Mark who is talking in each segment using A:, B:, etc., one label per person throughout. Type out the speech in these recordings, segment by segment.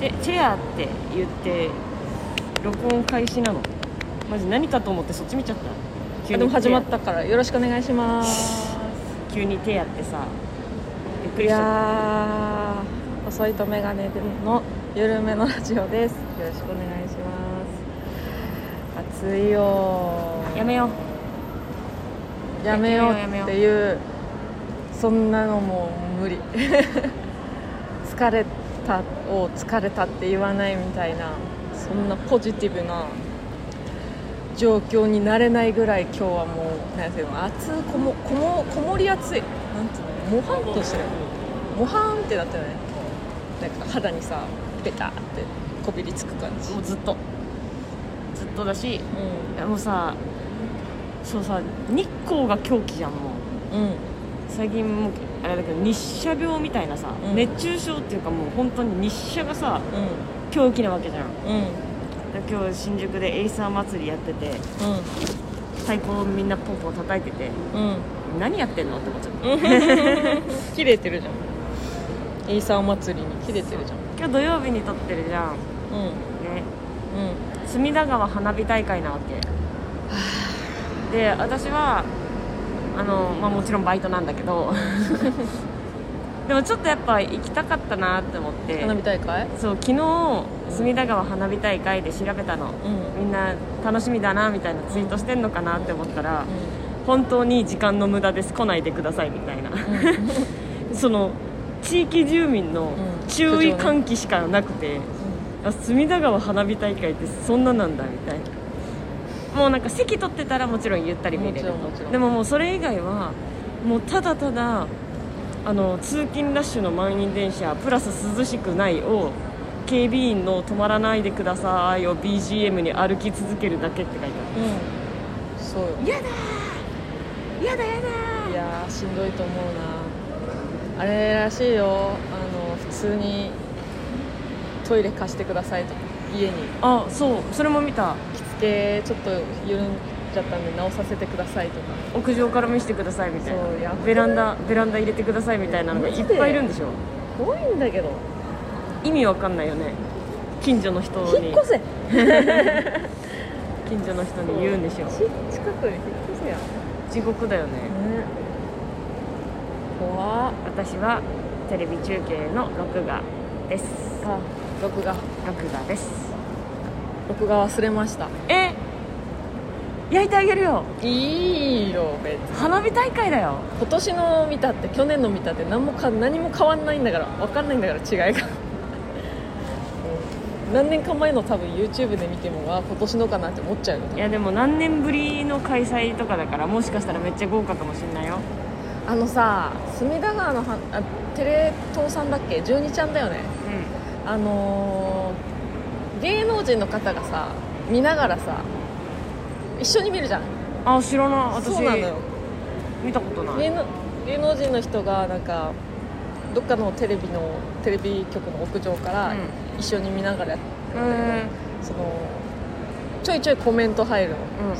A: チェチェアって言って録音開始なのマジ何かと思ってそっち見ちゃった急
B: あ
A: に
B: でも始まっ
A: 手
B: たからよろしくお願いします
A: や急に手やってさびっく
B: い
A: りしちゃっ
B: やー細いとメガネでの緩めのラジオですよろしくお願いします暑いよ
A: た
B: ー
A: やめよう
B: やめ
A: やめよ
B: よう
A: うやめよう
B: っていうそんなのもう無理 疲れたを疲れたって言わないみたいなそんなポジティブな状況になれないぐらい今日はもうなんていうの暑いこもこもこもり暑いなんていうのもはんとしてるもはんってなってないなんか肌にさベタってこびりつく感じ、
A: もうずっとずっとだし
B: う
A: もうさそうさ日光が狂気じゃんもうん
B: うん、
A: 最近もうあれだけど日射病みたいなさ、
B: うん
A: 熱中症っていうかもう本当に日射がさ
B: う
A: 狂気なわけじゃん
B: んうん
A: で今日新宿でエイサー祭りやってて太鼓をみんなポンポン叩いてて
B: うんうん
A: 何やってんのって思っちゃった
B: 切れてるじゃんエイサー祭りに切れてるじゃん
A: 今日土曜日に撮ってるじゃん
B: うんうん
A: ね隅田川花火大会なわけで私はあの、まあ、もちろんバイトなんだけど でもちょっとやっぱ行きたかったなって思って
B: 花火大会
A: そう昨日隅田川花火大会で調べたの
B: うん
A: みんな楽しみだなみたいなツイートしてんのかなって思ったら
B: う
A: 本当に時間の無駄です来ないでくださいみたいな
B: ん うん
A: その地域住民の
B: うん
A: 注意喚起しかなくて、あ隅田川花火大会ってそんななんだみたいなもうなんか席取ってたらもちろんゆったり見れると
B: もちろんもちろん
A: でももうそれ以外はもうただただあの通勤ラッシュの満員電車プラス涼しくないを警備員の「止まらないでください」を BGM に歩き続けるだけって書いてあ
B: うんそうよ
A: るやだーやだやだ
B: いやーしんどいと思うなあれらしいよあの普通にトイレ貸してくださいと家に
A: あそうそれも見た
B: 着付けちょっと緩んじゃったんで直させてくださいとか
A: 屋上から見せてくださいみたいな
B: そうやばい
A: ベランダベランダ入れてくださいみたいなのがいっぱいいるんでしょ
B: 多いんだけど
A: 意味わかんないよね近所の人に
B: 引っ越せ
A: 近所の人に言うんでしょ
B: ち近くに引っ越せや
A: 地獄だよね
B: ね怖っ
A: 私はテレビ中継の録画です
B: あ録画
A: 録画です
B: 録画忘れました
A: え焼いてあげるよ
B: いいよ別に
A: 花火大会だよ
B: 今年の見たって去年の見たって何もか何も変わんないんだから分かんないんだから違いがうん何年か前の多分 YouTube で見てもあ今年のかなって思っちゃうよ
A: いやでも何年ぶりの開催とかだからもしかしたらめっちゃ豪華かもしんないよ
B: あのさ隅田川のはあテレ東さんだっけ12ちゃんだよね
A: う
B: あのー芸能人の方がさ見ながらさ一緒に見るじゃん
A: んあ知らない私
B: そうなのよ
A: 見たことない
B: 芸能芸能人の人がなんかどっかのテレビのテレビ局の屋上から
A: うん
B: 一緒に見ながらやって
A: う
B: るんだけ
A: ん
B: ど、そのちょいちょいコメント入るの
A: うん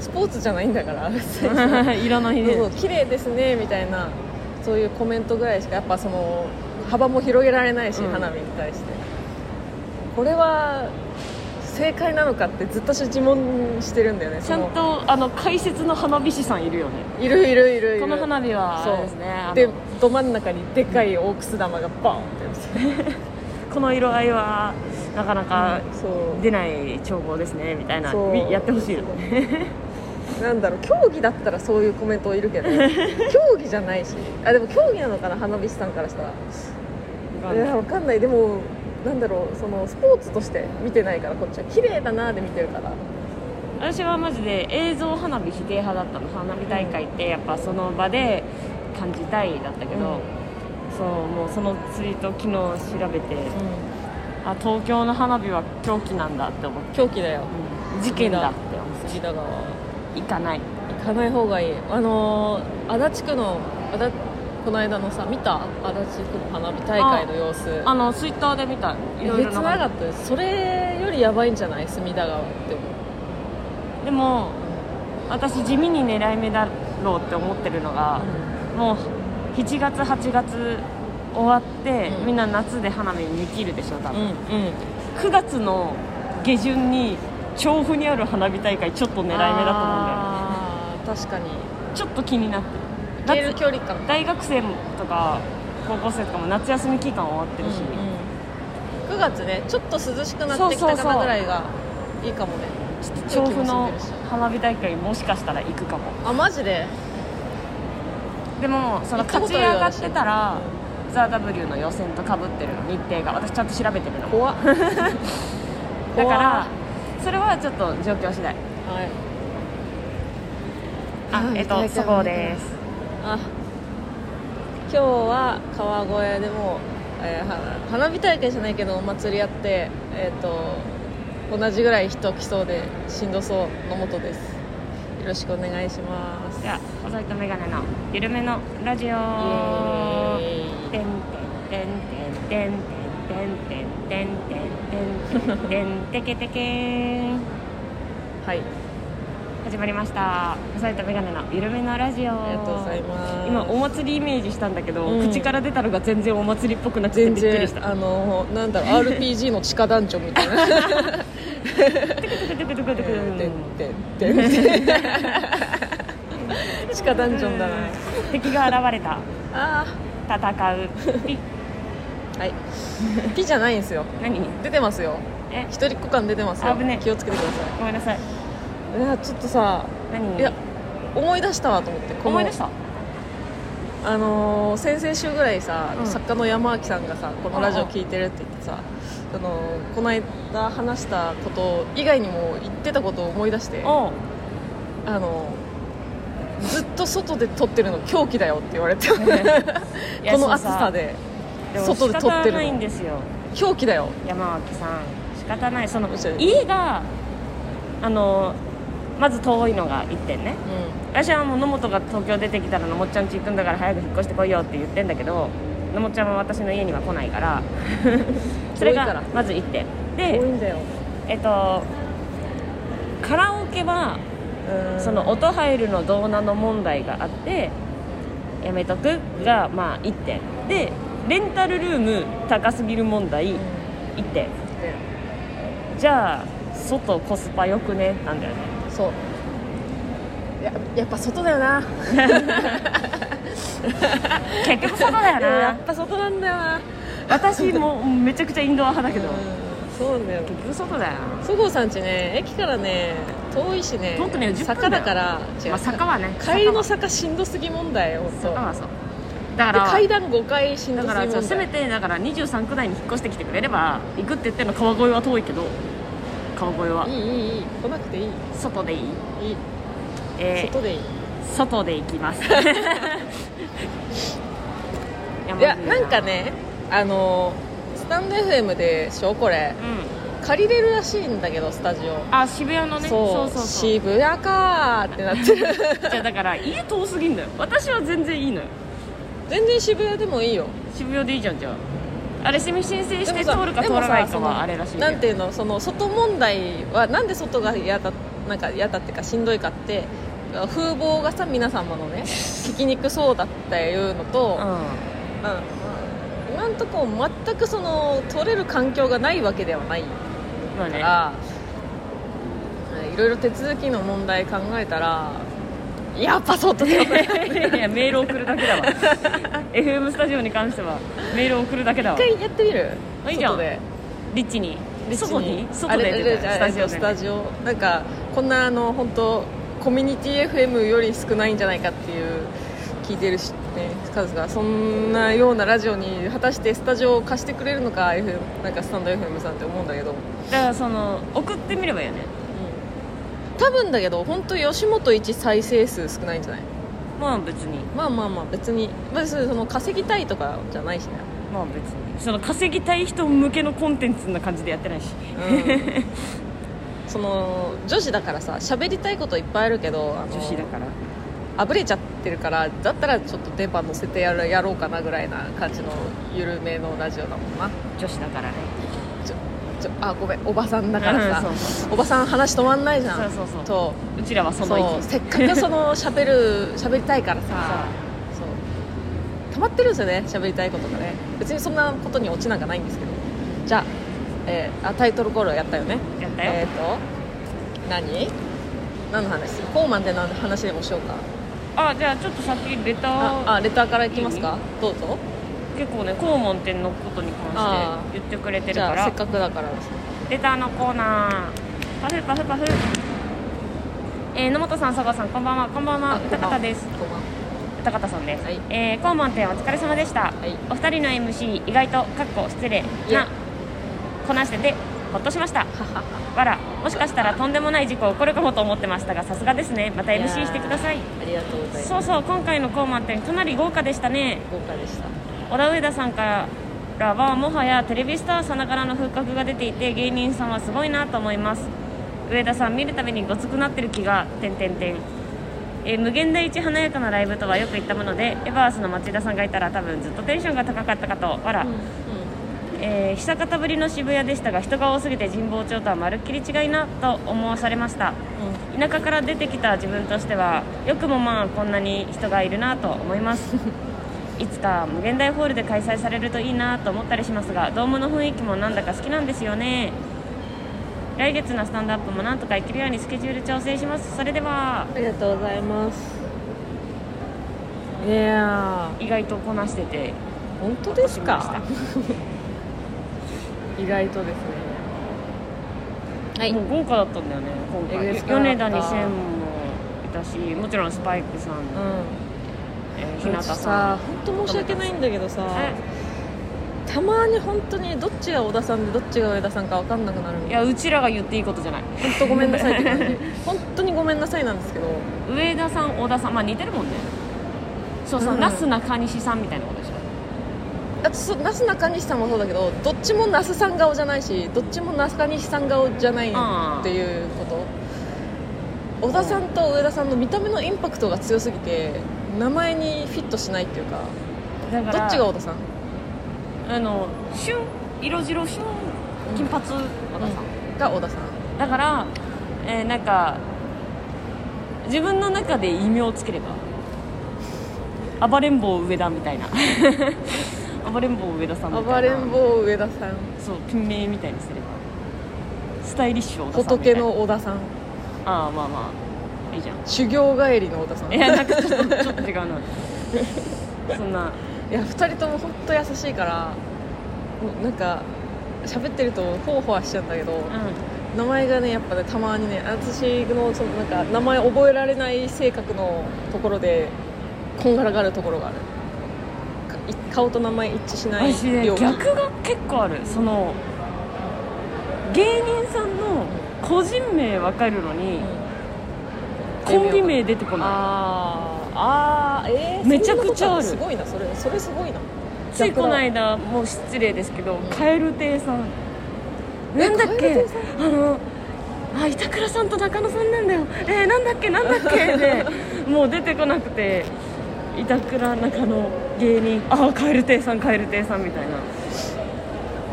B: スポーツじゃないんだから別 に
A: いらないね
B: そうそう綺麗ですねみたいなそういうコメントぐらいしかやっぱその幅も広げられないし、
A: うん
B: 花火に対してこれは正解なのかってずっと私自問してるんだよね
A: ちゃん
B: その
A: とあの解説の花火師さんいるよね
B: いるいるいるいる
A: この花火はあれですねあの
B: でど真ん中にでかいオークス玉がバーンって落ちて
A: この色合いはなかなか
B: そう
A: 出ない調合ですねみたいな
B: そう
A: みやってほしいよね
B: そうなんだろう競技だったらそういうコメントいるけど 競技じゃないしあでも競技なのかな花火師さんからしたらいやわかんないでもなんだろうそのスポーツとして見てないからこっちは綺麗だなーで見てるから
A: 私はマジで映像花火否定派だったの花火大会ってやっぱその場で感じたいだったけど、
B: うん
A: そうもうそのツイート昨日調べてあ東京の花火は狂気なんだって思って、
B: 狂気だよ
A: うん事件だって思っ
B: 隅田川は
A: て行かない
B: 行かない方がいいあのー、足立区の足立この間のさ見た足立区の花火大会の様子
A: あのツイッターで見たいろい
B: 別
A: ろ
B: なかったよそれよりやばいんじゃない隅田川っても
A: でも私地味に狙い目だろうって思ってるのが、もう7月8月終わって、
B: うん
A: みんな夏で花見見切るでしょ多
B: うん
A: 分、9
B: うん
A: 月の下旬に調布にある花火大会ちょっと狙い目だと思うんだよね
B: あー確かに
A: ちょっと気になってる
B: 行ける
A: 夏
B: 距離感
A: 大学生とか高校生とかも夏休み期間終わってるし、
B: 9月ねちょっと涼しくなってきた方ぐらいがいいかもね
A: ちょっと調布の花火大会もしかしたら行くかも
B: あマジで
A: でもその
B: 行っ
A: 勝
B: たこ
A: ち
B: と
A: 上
B: あるよ
A: がってたら「ザ・ w の予選とかぶってるの日程が私ちゃんと調べてるの
B: 怖っ
A: だか
B: 怖
A: ら
B: は
A: それはちょっと状況次第
B: い
A: あ
B: うん
A: えっ
B: 大
A: と
B: 会
A: そこです
B: あ今日は川越でも、えーは花火大会じゃないけどお祭りやって、えー、と同じぐらい人来そうでしんどそうのもとですよろしくお願いします
A: では細いとメガネの緩めのラジオ
B: イエーイ
A: てんてんてんてんてんてんてんてんてんてんてんてんてけてけーん
B: はい
A: 始まりました細いとメガネの緩めのラジオ
B: ありがとうございます
A: 今お祭りイメージしたんだけど、
B: うん
A: 口から出たのが全然お祭りっぽくなくて
B: 全
A: びっくりし
B: 然
A: た
B: あのな んだろう RPG の地下ダンジョンみたいな
A: ドクドクドクドク
B: てんてんてんてん 地下ダンジョンだな
A: 敵が現れた
B: あ
A: 戦うピッ
B: ーはいピじゃないんですよ
A: 何
B: 出てますよ
A: え
B: 一人っ子感出てますよ
A: 危ねえ
B: 気をつけてくださ
A: ごめんなさい
B: いいやちょっとさ
A: 何
B: いや思い出したわと思ってこの
A: 思い出した
B: あのー先々週ぐらいさ、
A: うん
B: 作家の山脇さんがさこのラジオ聞いてるって言ってさあのーこの間話したこと以外にも言ってたことを思い出して
A: おう
B: あのーずっと外で撮ってるの狂気だよって言われてこ
A: いや
B: の暑さで
A: そうさ
B: 外で撮って
A: も仕方ない
B: る
A: ん
B: の
A: ですよ
B: 狂気だよ
A: 山脇さん仕方ないその
B: おっしゃる
A: 家があのまず遠いのが1点ね
B: う
A: 私はもう野本が東京出てきたら野本ちゃん家行くんだから早く引っ越してこいよって言ってんだけど野本ちゃんは私の家には来ないから それ
B: 遠いか
A: が
B: ら
A: まず1点
B: ん多
A: で
B: いんだよ
A: えっとカラオケは
B: うん
A: その音入るのどうなの問題があってやめとくがまあ1点でレンタルルーム高すぎる問題
B: うん
A: 1点
B: ね
A: じゃあ外コスパよくねなんだよね
B: そうややっぱ外だよな
A: 結局外だよ
B: や
A: な
B: っぱ外なんだよな
A: 私もめちゃくちゃインドア派だけど
B: うんそうなんだよ
A: 結局外だよな
B: そごうさんちね駅からね遠いしね
A: 遠くね10分だよ
B: 坂だから違う、
A: まあ坂はね
B: 帰りの坂しんどすぎ問題よ
A: 坂
B: 本
A: はそうだか
B: 当で
A: ら
B: 階段5回しんど
A: だか
B: すぎ問
A: ら
B: 題
A: じゃあせめてだから23区内に引っ越してきてくれれば行くって言ってるの川越は遠いけど川越はい
B: いいいいい来なくていい
A: 外でいい、
B: いい
A: えー
B: 外でいい
A: 外で行き ます
B: いやなんか、ねあのスタンド FM でしょこれ
A: まずいうん、
B: 借りれるらしいんだけどスタジオ
A: あ渋谷のねそうそうそう
B: 渋谷かーってなってる
A: じゃあだから家遠すぎんだよ私は全然いいのよ
B: 全然渋谷でもいいよ
A: 渋谷でいいじゃんじゃああれ申請して
B: で
A: 通
B: も
A: るか
B: さで
A: 通
B: も
A: らない
B: さ
A: か
B: その
A: はあれらしいけど
B: なんていうのその外問題はなんで外が嫌だなんか嫌だっていうかしんどいかって風貌がさ皆様の ね聞きにくそうだっていうのと、
A: う
B: うん
A: ん
B: 今んとこ全くその取れる環境がないわけではないか
A: まあね
B: ら、うんいろいろ手続きの問題考えたらやっぱ外だ よね
A: いやメール送るだけだわ FM スタジオに関してはメール送るだけだわ
B: 一回やってみる
A: あいいじゃん
B: 外で
A: リッチに
B: 別
A: 外に
B: あ
A: 外
B: れ
A: でって言っ
B: あれ
A: て
B: あれ
A: たよス
B: ス
A: タ
B: タ
A: ジ
B: ジオなんかこんなあの本当コミュニティ FM より少ないんじゃないかっていう聞いてるし、ね、数がそんなようなラジオに果たしてスタジオを貸してくれるのか FM なんかスタンド FM さんって思うんだけど、
A: オだからその送ってみればいいよね
B: 多分だけど本当吉本一再生数少ないんじゃない
A: まあ別に
B: まあまあまあ別に別にその稼ぎたいとかじゃ ないしね、
A: まあ別にその稼ぎたい人向けのコンテンツな感じでやってないし
B: うん、その女子だからさ喋りたいこといっぱいあるけどあの
A: 女子だから
B: あぶれちゃってるからだったらちょっと電波乗せてやるやろうかなぐらいな感じの緩めのラジオだもんな
A: 女子だからね
B: ちょちょあごめんおばさんだからさ、
A: うんそう
B: おばさん話止まんないじゃん
A: そうそうそう
B: と
A: うちらはその
B: そう
A: 域
B: せっかくその喋る喋りたいからさそうたまってるんですよね喋りたいことがね別にそんなことにオチなんかないんですけどじゃあ,、えーあタイトルコールやったよね
A: やったよ、
B: えっ、と何何の話フォーマンで何の話でもしようか
A: あじゃあちょっと先レター
B: ああレターからいきますかどうぞ
A: 結構ね肛門店のことに関
B: あ
A: して言ってくれてる
B: じ
A: か
B: ゃあせっ
A: ら
B: かくだからですね
A: レターのコーナーパフパフパフえー野本さん佐賀さんこんばんはこんばんは歌方です
B: こんばんは
A: 歌方さんです、
B: はい
A: えー、肛門店お疲れ様でした、
B: はい
A: お二人の MC 意外とかっこ失礼
B: い
A: な
B: や
A: こなしててほっとしました
B: ははは
A: わらもしかしたらとんでもない事故起こるかもと思ってましたがさすがですねまた
B: いやー
A: MC してください
B: ありがとうございます
A: そうそう今回のコーマン店かなり豪華でしたね
B: 豪華でした
A: 小田上田さんからはもはやテレビスターさながらの風格が出ていて芸人さんはすごいなと思います上田さん見るたびにごつくなってる気が点点点えー無限大一華やかなライブとはよく言ったものでエバースの町田さんがいたら多分ずっとテンションが高かったかとわら、
B: うん
A: えー久方ぶりの渋谷でしたが人が多すぎて神保町とはまるっきり違いなと思わされました田舎から出てきた自分としてはよくもまあこんなに人がいるなと思いますいつか無限大ホールで開催されるといいなと思ったりしますがドームの雰囲気もなんだか好きなんですよね来月のスタンドアップもなんとか行けるようにスケジュール調整しますそれでは
B: ありがとうございますいや
A: 意外とこなしてて
B: ー本当ですか意外とですねは
A: もう豪華だったんだよね今回
B: え
A: 米
B: ぐい
A: 田2000もいたしもちろんスパイクさん、えー、日
B: うん
A: 向
B: さ
A: さん
B: 本当申し訳ないんだけどさ
A: え
B: たまに本当にどっちが小田さんでどっちが上田さんか分かんなくなるの
A: いやうちらが言っていいことじゃない
B: 本当ごめんなさいって感じ本当にごめんなさいなんですけど
A: 上田さん小田さんまあ似てるもんねそうそう、
B: うん
A: なすなかにしさんみたいなことでしょ
B: あとそなすなかにしさんもそうだけどどっちも那須さん顔じゃないしどっちも那須かにしさん顔じゃないっていうこと小田さんと上田さんの見た目のインパクトが強すぎて名前にフィットしないっていうか
A: だか
B: どっ
A: ら
B: ちが小田さん
A: あのシュン色白シュン金髪小田さん、
B: が小田さん
A: だから、えーなんか自分の中で異名をつければ暴れん坊上田みたいな 暴れん坊上田さんみたいな
B: 暴れん坊上田さん
A: そうピン名みたいにすればスタイリッシュ小田さんみたい
B: 仏
A: な
B: の小田さん
A: ああまあまあいいじゃん
B: 修行帰りの小田さん
A: い
B: いや
A: やなんかちょっとちょっと違うなそんな
B: 2人とも本当優しいからもうなんか喋ってるとホワホワしちゃうんだけど、
A: う
B: 名前がねやっぱねたまにね私のそのなんか名前覚えられない性格のところでこんがらがるところがあるかい顔と名前一致しない
A: ん、私ね
B: ような
A: 逆が結構あるその芸人さんの個人名わかるのに、
B: うん
A: コンビ名出てこな
B: あーあーえー、
A: めちゃくちゃある
B: そんなことるすごいなそれそれすごいない
A: ついこの間もう失礼ですけど
B: ん
A: 蛙亭さん
B: え
A: なんだっ
B: 蛙
A: け
B: 亭さ
A: あのあ板倉さんと中野さんなんだよえー、なんだっけなんだっ けでもう出てこなくて板倉中野芸人ああ蛙亭さん蛙亭さんみたい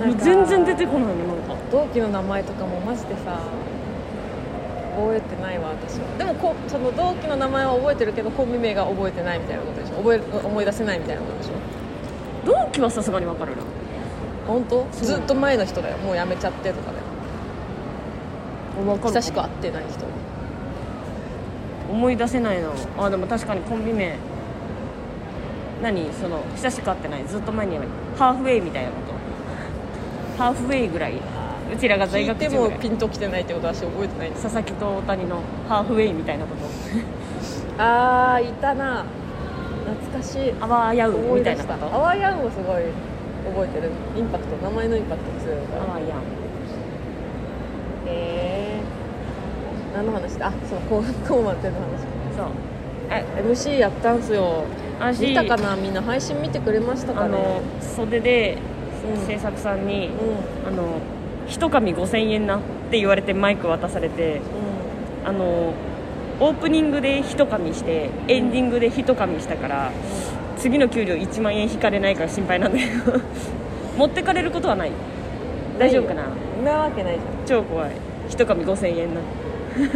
A: な
B: なん
A: もう
B: か
A: 全然出てこないのなんか
B: 同期の名前とかもマジでさ覚えてないわ私はでもこうその同期の名前は覚えてるけどコンビ名が覚えてないみたいなことでしょ覚え思い出せないみたいなことでしょ
A: 同期はさすがにわかるな
B: 本当
A: そう
B: ずっと前の人だよもう辞めちゃってとかで
A: わかる
B: 久しく会ってない人
A: 思い出せないのあでも確かにコンビ名何その久しく会ってないずっと前にやめハーフウェイみたいなことハーフウェイぐらいうちらが在
B: 聞い
A: 学
B: て
A: 中ぐ
B: も
A: らい
B: ピンときてないってことは私覚えてないんです
A: 佐々木と大谷のハーフウェイみたいなこと
B: ああいたな懐かしい
A: あわあやう
B: 思
A: み
B: い
A: た
B: 出
A: いな
B: した
A: こと
B: ア
A: あ
B: ワイアンをすごい覚えてるインパクト名前のインパクト強いから
A: わあやん
B: へえ何の話だあそう コーコーマンっていうの話
A: そうえ
B: MC やったんすよ
A: 私
B: 見たかなみんな配信見てくれました
A: あ
B: かね
A: の袖で
B: うん
A: 制作さんに、
B: うんうん
A: あの一紙5000円なって言われてマイク渡されてあのオープニングで一噛みしてエンディングで一噛みしたから次の給料1万円引かれないから心配なんだけど 持ってかれることはない大丈夫かな
B: なわけないじゃ
A: 超
B: ん
A: 怖い一噛み5000円な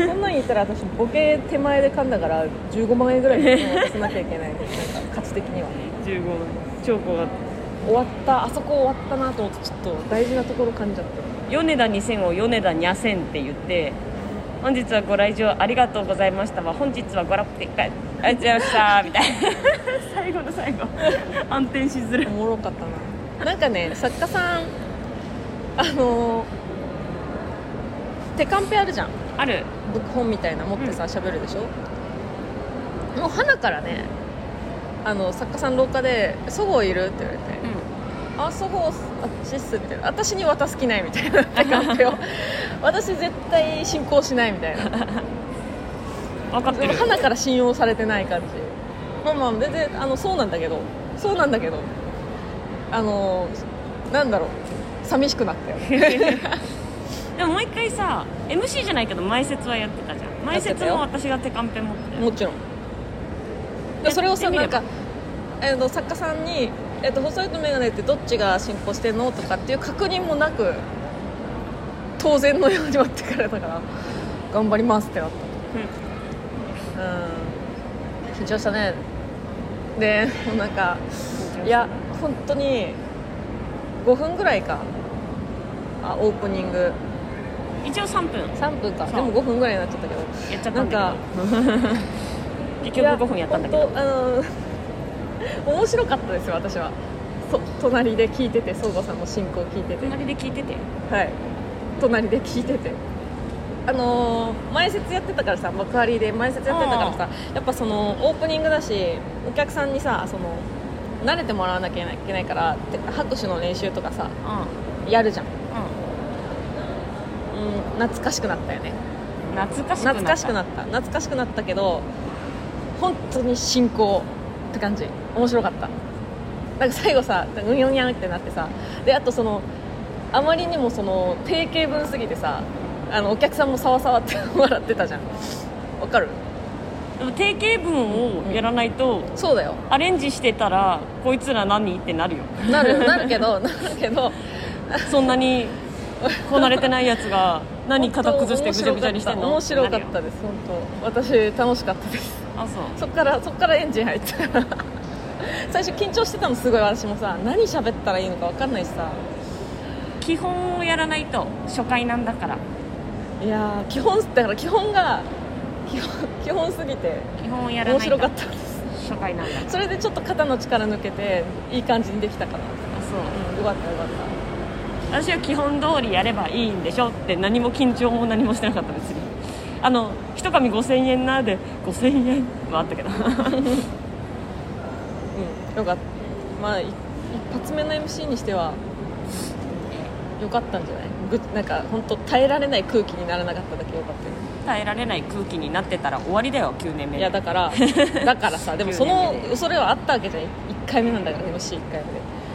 B: そんなん言ったら私ボケ手前で噛んだから15万円ぐらい渡さなきゃいけないなんか価値的には
A: 15の超怖がっ
B: 終わったあそこ終わったなと思ってちょっと大事なところ感じちゃった
A: た米田2000を米田2000って言って本日はご来場ありがとうございましたは本日はご覧ってかありがとうございま したみたいな最後の最後暗転しづらい
B: おもろかったななんかね作家さんあの手カンペあるじゃん
A: ある
B: ブック本みたいな持ってさ喋、るでしょもう花からねあの作家さん廊下で「そごういる?」って言われて
A: う
B: 「あそごうあっちっす」みたいな「私に渡す気ない」みたいな手カンペを私絶対進行しないみたいなん
A: 分かって
B: で
A: る
B: も花から信用されてない感じまあまあ全然あのそうなんだけどそうなんだけどあのなんだろう寂しくなったよ ね
A: でも毎回さ MC じゃないけど前説はやってたじゃん前説も私が手カンペ持ってたよ
B: もちろんでそれをさ
A: やってみ
B: な
A: れ
B: ん
A: ば
B: か、えー、と作家さんに、えーと「細いと眼鏡ってどっちが進行してんの?」とかっていう確認もなく当然のように待ってからだから頑張りますってなったうん緊張したねでもうなんか
A: うん
B: いや本当に5分ぐらいかあオープニング
A: 一応3分やっ
B: 3分か
A: そう
B: でも5分ぐらいになっちゃったけど
A: ちゃったんだけど
B: なんか
A: 結
B: いや
A: 局5分やったんだけど
B: 本当あの 面白かったですよ私はと隣で聞いてて相馬さんの進行聞いてて
A: 隣で聞いてて
B: はい隣で聞いててあのー前説やってたからさ幕張で前説やってたからさやっぱそのオープニングだしお客さんにさその慣れてもらわなきゃいけないからて拍手の練習とかさ
A: う
B: やるじゃん、
A: ん
B: うん、懐かしくなったよね
A: うん懐かしくなった
B: 懐かしくなった懐かしくなったけど本当に進行って感じ面白かったなんか最後さうにゃうにゃんってなってさであとそのあまりにもその定型文すぎてさあのお客さんもさわさわって笑ってたじゃんわかる
A: でも定型文をやらないと、
B: そうだよ
A: アレンジしてたらこいつら何ってなるよ
B: なるなるけどなるけど
A: そんなにこなれてないやつが何型崩してぐちゃぐちゃにしてんの
B: 面白かった
A: て
B: 面
A: な
B: 白かったです本当私楽しかったです
A: るよあそう
B: そっからそっからエ ンジン入った最初緊張してたのすごい私もさ何喋ったらいいのか分かんないしさ
A: 基本をやらないと初回なんだから
B: いやー基本だから基本が基本基本すぎて
A: 基本をやら
B: 面
A: ないと
B: 白かったです
A: 初回なんだから
B: それでちょっと肩の力抜けていい感じにできたかな、
A: あそう
B: うん、よかったよかった
A: 私は基本通りやればいいんでしょって何も緊張も何もしてなかった別にあの一紙5000円なで5000円はあったけど
B: うんよかったまあい一発目の MC にしてはよかったんじゃないぐなんか本当耐えられない空気にならなかっただけよかったよ
A: 耐えられない空気になってたら終わりだよ9年目
B: いやだから だからさでもそのそれはあったわけじゃん1回目なんだから MC1 回目で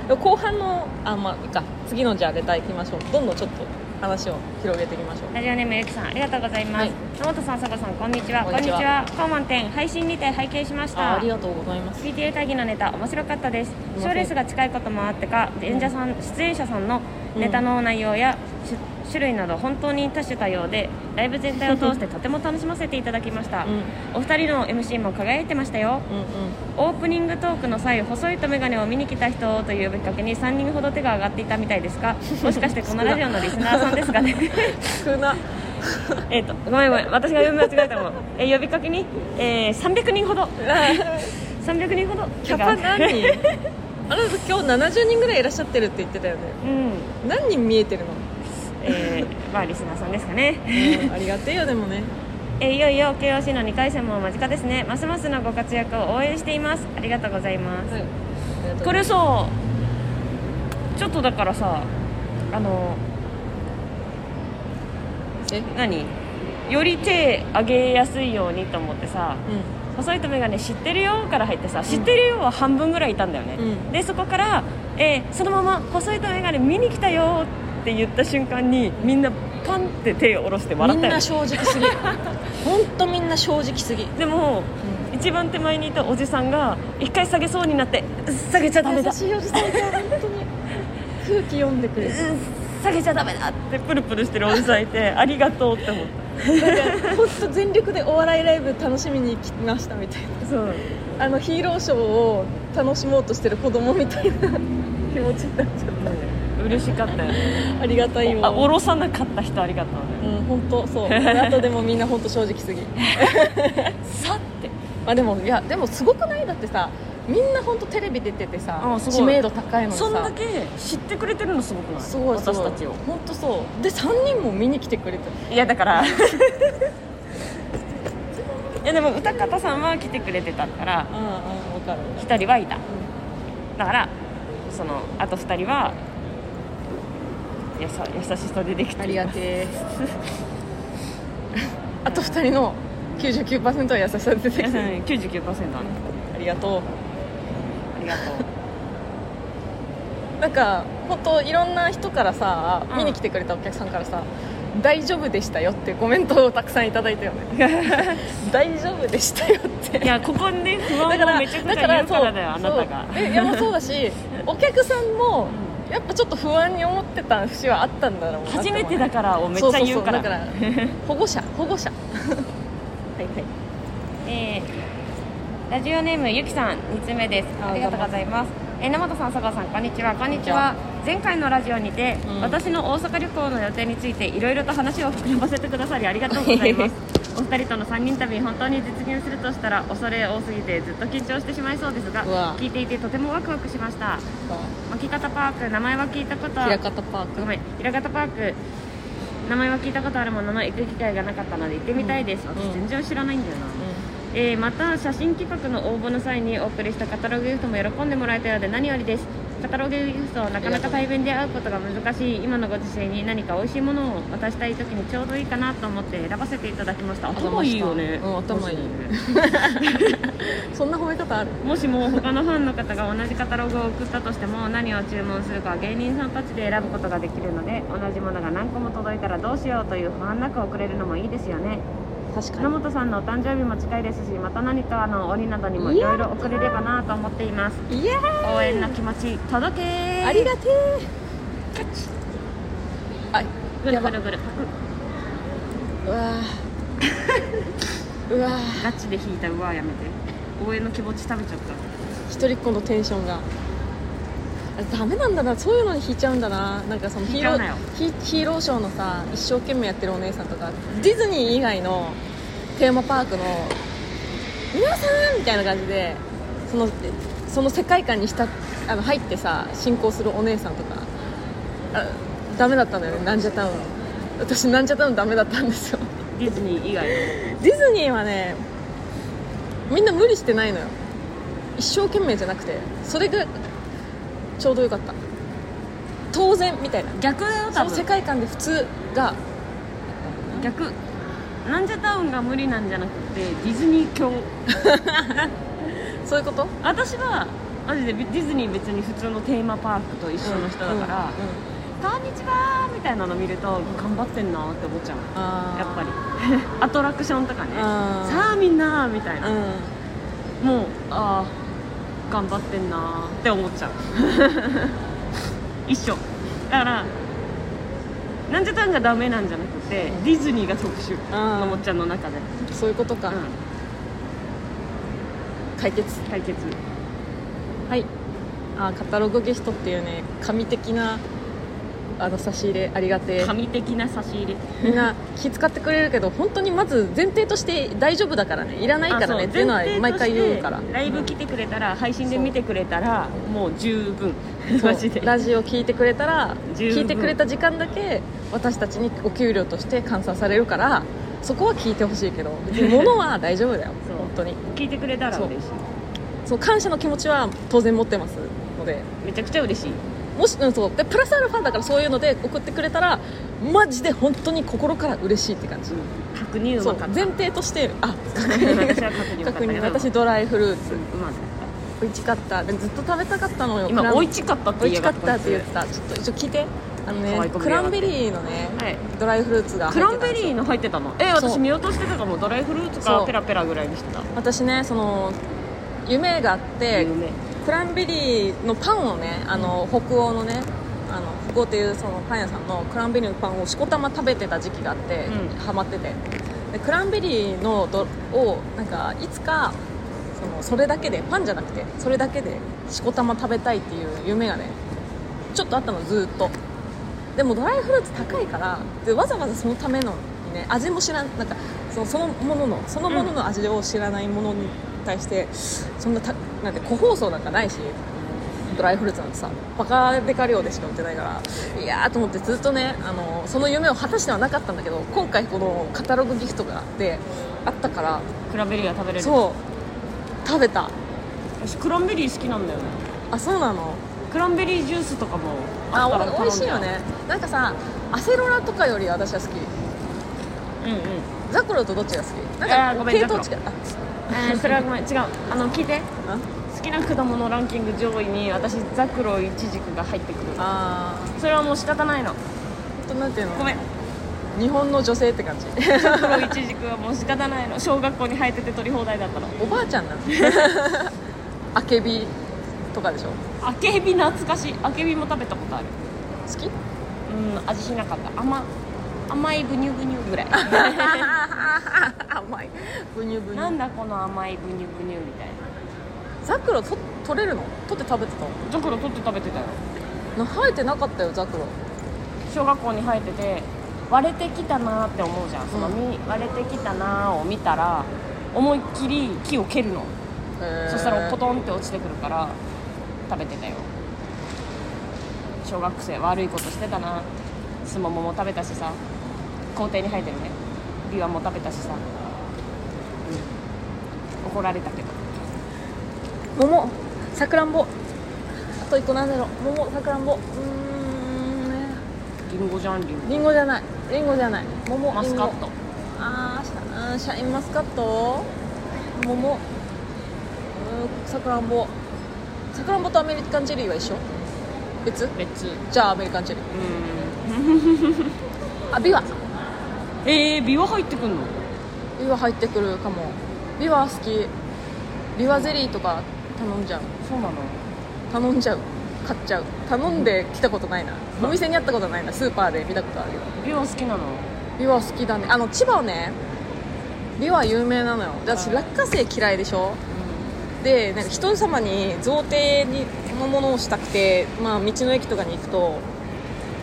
B: でも後半のあまあいいか次のじゃあレター行きましょうどんどんちょっと話を広げていきましょう
A: ラジオネームゆきさんありがとうございま
B: はい
A: す野本さん佐賀さんこんにちは
B: こんにちは
A: 高満点配信にて拝見しまし
B: あ
A: た
B: ありがとうございます
A: PTA 会議のネタ面白かったです
B: ません
A: 賞レースが近いこともあってか演者さん出演者さんのネタの内容や、種種類など本当に多種多様でライブ全体を通してとても楽しませていただきました、
B: うんうん
A: お二人の MC も輝いてましたよオープニングトークの際細いと眼鏡を見に来た人という呼びかけに3人ほど手が上がっていたみたいです がもしかしてこのラジオのリスナーさんですかね
B: うん少 な
A: えっとごめんごめん私が読み間違えたもんえー呼びかけに、えー300人ほど300人ほど
B: キ
A: 手
B: ャ
A: が
B: パ何 人あなた今日70人ぐらいいらっしゃってるって言ってたよね
A: うん
B: 何人見 えてるの、
A: えーまあリスナーさんですかね、
B: ありがてえよでもね
A: えーいよいよ KOC の2回戦も間近ですねますますのご活躍を応援していますありがとうございます、
B: はい
A: これさちょっとだからさあの
B: えうん
A: 何より手上げやすいようにと思ってさ細いと眼鏡知ってるよから入ってさ知ってるよは半分ぐらいいたんだよね、
B: うん
A: でそこから、えーそのまま細いと眼鏡見に来たよって言った瞬間にみんなパンって手を下ろして
B: み
A: 笑っ
B: ん
A: たよ
B: な
A: ね
B: 正直すぎ 本当みんな正直すぎ、
A: でも一番手前にいたおじさんが一回下げそうになって「下げちゃダメだ
B: 優しいおじさんが本当に空気読んでくれる
A: 下げちゃダメだ」ってプルプルしてるおじさん いて「ありがとう」って思っ
B: 本当全力でお笑いライブ楽しみに来ましたみたい
A: たそう
B: なあのヒーローショーを楽しもうとしてる子供みたいな気持ちになっちゃっ
A: 嬉しかったよね
B: たありがたい
A: あ下
B: よ
A: ろさなかった人ありがとうね
B: うん本当 そうあとでもみんな本当正直すぎ
A: さって
B: まあでもいやでもすごくないだってさみんな本当テレビ出ててさ
A: あすごい
B: 知名度高いのにさ
A: そんだけ知ってくれてるのすごくない
B: すごいすごい
A: 私たちを
B: 本当そうで3人も見に来てくれて
A: いやだからいやでも歌方さんは来てくれてたから
B: うんうんわかる
A: 1人はいただからそのあと2人はやさ優しさでできて
B: あ
A: い
B: り が
A: ます
B: てえ あと2人の99%は優しさで出 てきてる
A: うん99%はね
B: ありがとう
A: ありがとう
B: なんか本当いろんな人からさ
A: うん
B: 見に来てくれたお客さんからさ「大丈夫でしたよ」っていうコメントをたくさんいただいたよね 「大丈夫でしたよ」って
A: いやここで不安をめちゃくちゃ言うからだよあなたが
B: そうえいやもうそう だしお客さんもやっぱちょっと不安に思ってた節はあったんだろうなって思う
A: 初めてだからをめっちゃ言うから
B: そうそうそうだから 保護者保護者はいはい
A: えーラジオネームゆきさん2つ目です
B: あ
A: ありがとうございますえー根本さん佐川さんこんにちはこんにちは前回のラジオにて、
B: うん
A: 私の大阪旅行の予定についていろいろと話を膨らませてくださりありがとうございますお二人との3人旅本当に実現するとしたら恐れ多すぎてずっと緊張してしまいそうですが
B: うわ
A: 聞いていてとてもワクワクしました巻き方パーク名前は聞いたことは
B: 平方パーク
A: ごめん、平方パーク名前は聞いたことあるものの行く機会がなかったので行ってみたいです、
B: うん
A: 私全然知らないんだよな、
B: う
A: えーまた写真企画の応募の際にお送りしたカタログギフトも喜んでもらえたようで何よりですカタログギフトはなかなか対面で会うことが難しい今のご時世に何か美味しいものを渡したい時にちょうどいいかなと思って選ばせていただきました頭いいよね、
B: うん頭いいんそんな褒め方ある
A: もしも他のファンの方が同じカタログを送ったとしても何を注文するかは芸人さんたちで選ぶことができるので同じものが何個も届いたらどうしようという不安なく送れるのもいいですよね
B: 確か
A: 野本さんのお誕生日も近いですしまた何かの折などにもいろいろ送れればなと思っています
B: にいや
A: 応援の気持ち届け
B: ありがてえカチ
A: ぐるぐるぐるパク
B: あうわー うわー
A: ガチで引いたうわやめて応援の気持ち食べちゃっ
B: 一人っ子のテンションがあダメなんだなそういうのに引いちゃうんだななんかそのヒ
A: 引い
B: ーロ
A: ちゃうなよ
B: ーヒヒーローショーのさ一生懸命やってるお姉さんとかディズニー以外のテーマパークの皆さんみたいな感じでそのその世界観にしたあの入ってさ進行するお姉さんとかあダメだったんだよねなんじゃタウン私なんじゃタウンダメだったんですよ
A: たディズニー以外
B: ディズニーはねみんな無理してないのよ一生懸命じゃなくてそれがちょうどよかった当然みたいな
A: の逆だよ
B: そ
A: 多
B: の世
A: 分
B: 界観で普通が
A: 逆なんじゃタウンが無理なんじゃなくてディズニー教
B: そういうこと
A: 私はマジでディズニー別に普通のテーマパークと一緒の人だから
B: うんうん
A: 「こんにちは」みたいなの見ると頑張ってんなって思っちゃう
B: あー
A: やっぱり アトラクションとかね
B: あー
A: さあみんなみたいな
B: う
A: もうああ頑張ってんなーって思っちゃう 一緒だからなんちゃたんがダメなんじゃなくてディズニーが特殊
B: あー
A: のもっちゃんの中で、
B: んそういうことか、
A: う
B: 解決
A: ん、解決
B: はいあーカタログゲストっていうね神的なあの差し入れありがてえ
A: 神的な差し入れ
B: みんな気遣ってくれるけど本当にまず前提として大丈夫だからねいらないからねっていうのは毎回言うから
A: ライブ来てくれたら配信で見てくれたらもう十分
B: そう
A: マジで
B: ラジオ聞いてくれたら
A: 十分
B: 聞いてくれた時間だけ私たちにお給料として換算されるからそこは聞いてほしいけど別に物は大丈夫だよ
A: そう
B: 本当に
A: 聞いてくれたら嬉しい
B: そう感謝の気持ちは当然持ってますので
A: めちゃくちゃ嬉しい
B: もし、うん、そうでプラスアルファだからそういうので送ってくれたらマジで本当に心から嬉しいって感じ
A: 確認う
B: そ
A: ま
B: う
A: かった
B: 前提としてあ
A: 私は確認うまかった
B: 確
A: け
B: 認
A: ど
B: 私ドライフルー
A: う
B: ツ
A: まかっ
B: 美味しかったでずっと食べたかったのよ
A: た
B: クラ
A: 今
B: ン
A: おいちかったって
B: 美
A: 言
B: 味
A: え
B: しか
A: ば
B: ったって言ってたちょっと一応聞いてあの
A: 可愛
B: ね
A: い子見
B: ク
A: やが
B: ラ
A: って
B: ンベリーのね
A: はい
B: ドライフルーツが
A: ク
B: 入っ
A: ラ
B: て
A: ン
B: た
A: ベ
B: んで
A: リ
B: すよ
A: ーの入ってたのえ
B: そう
A: 私見落としてたかもドライフルーツ
B: そ
A: か
B: う
A: ペラペラぐらいにしてた
B: 私ねその夢があって
A: 夢
B: クランベリーのパンをねあの北欧のねあの北欧っていうそのパン屋さんのクランベリーのパンをしこたま食べてた時期があって、
A: うん
B: ハマっててでクランベリーのどをなんかいつかそもうそれだけでパンじゃなくてそれだけでしこたま食べたいっていう夢がねちょっとあったのずーっとでもドライフルーツ高いからでわざわざそのためのにね味も知らんなんかそのそのもののそのものの味を知らないものに対してそんなたなんて個包装なんかないしドライフルーツなんてさバカデカ量でしか売ってないからいやーと思ってずっとねあのその夢を果たしてはなかったんだけど今回このカタログギフトがあってあったから
A: 比べるや食べれる
B: そう食べた
A: 私クランベリー好きなんだよね
B: あそうなの
A: クランベリージュースとかも
B: あ
A: あったら
B: お美味しいよ
A: 頼んだ
B: ねなんかさアセロラとかより私は好き
A: うんうん
B: ザクロとどっちが好き
A: い
B: な
A: や
B: ん
A: ー
B: か
A: ごめん
B: 系統違うあ
A: えーそれはごめん違うあの聞いて好きな果物ランキング上位に私ザクロイチジクが入ってくる
B: あー
A: それはもう仕方ないの
B: ほんとなんていうの
A: ごめん
B: 日本の女性って 感じ
A: ザクロイチジクはもう仕方ないの小学校に生えてて取り放題だったの
B: おばあちゃんなのあけびとかでしょ
A: あけび懐かしいあけびも食べたことある
B: 好 き
A: うん味しなかった甘甘いブニュブニュ ぐらい
B: 甘いブニュブニ
A: な
B: ュ
A: んだこの甘いブニュブニュみたいな
B: ザクロと取れるの取って食べてたの
A: ザクロ取って食べてたよ
B: な生えてなかったよザクロ
A: 小学校に生えてて割れてきたなーって思うじゃんその実、割れてきたなーを見たら思いっきり木を蹴るの
B: へー
A: そしたらポトンって落ちてくるから食べてたよ小学生悪いことしてたなスモモも食べたしさ校庭に生えてるねビワも食べたしさ、うん、怒られたけど
B: 桃さくらんぼあと一個なんだろう桃さくらんぼうーんね
A: リンゴじゃんリン
B: りんごじゃないりんごじゃない桃
A: ゴマスカッ
B: りんご
A: ト
B: あーシャうんシャインマスカット桃うーんさくらんぼさくらんぼとアメリカンチェリーは一緒別
A: 別う
B: じゃあアメリカンチェリー
A: ん
B: あビワ
A: えー、ビワ入ってくんの
B: ビワ入ってくるかもビワ好きビワゼリーとか頼んじゃう
A: そうなの
B: 頼んじゃう買っちゃう頼んで来たことないなお店にあったことないなスーパーで見たことあるよ
A: ビワ好きなの
B: ビワ好きだねあの千葉ねビワ有名なのよで私
A: はい
B: 落花生嫌いでしょでなんか人様に贈呈にのものをしたくて、まあ、道の駅とかに行くと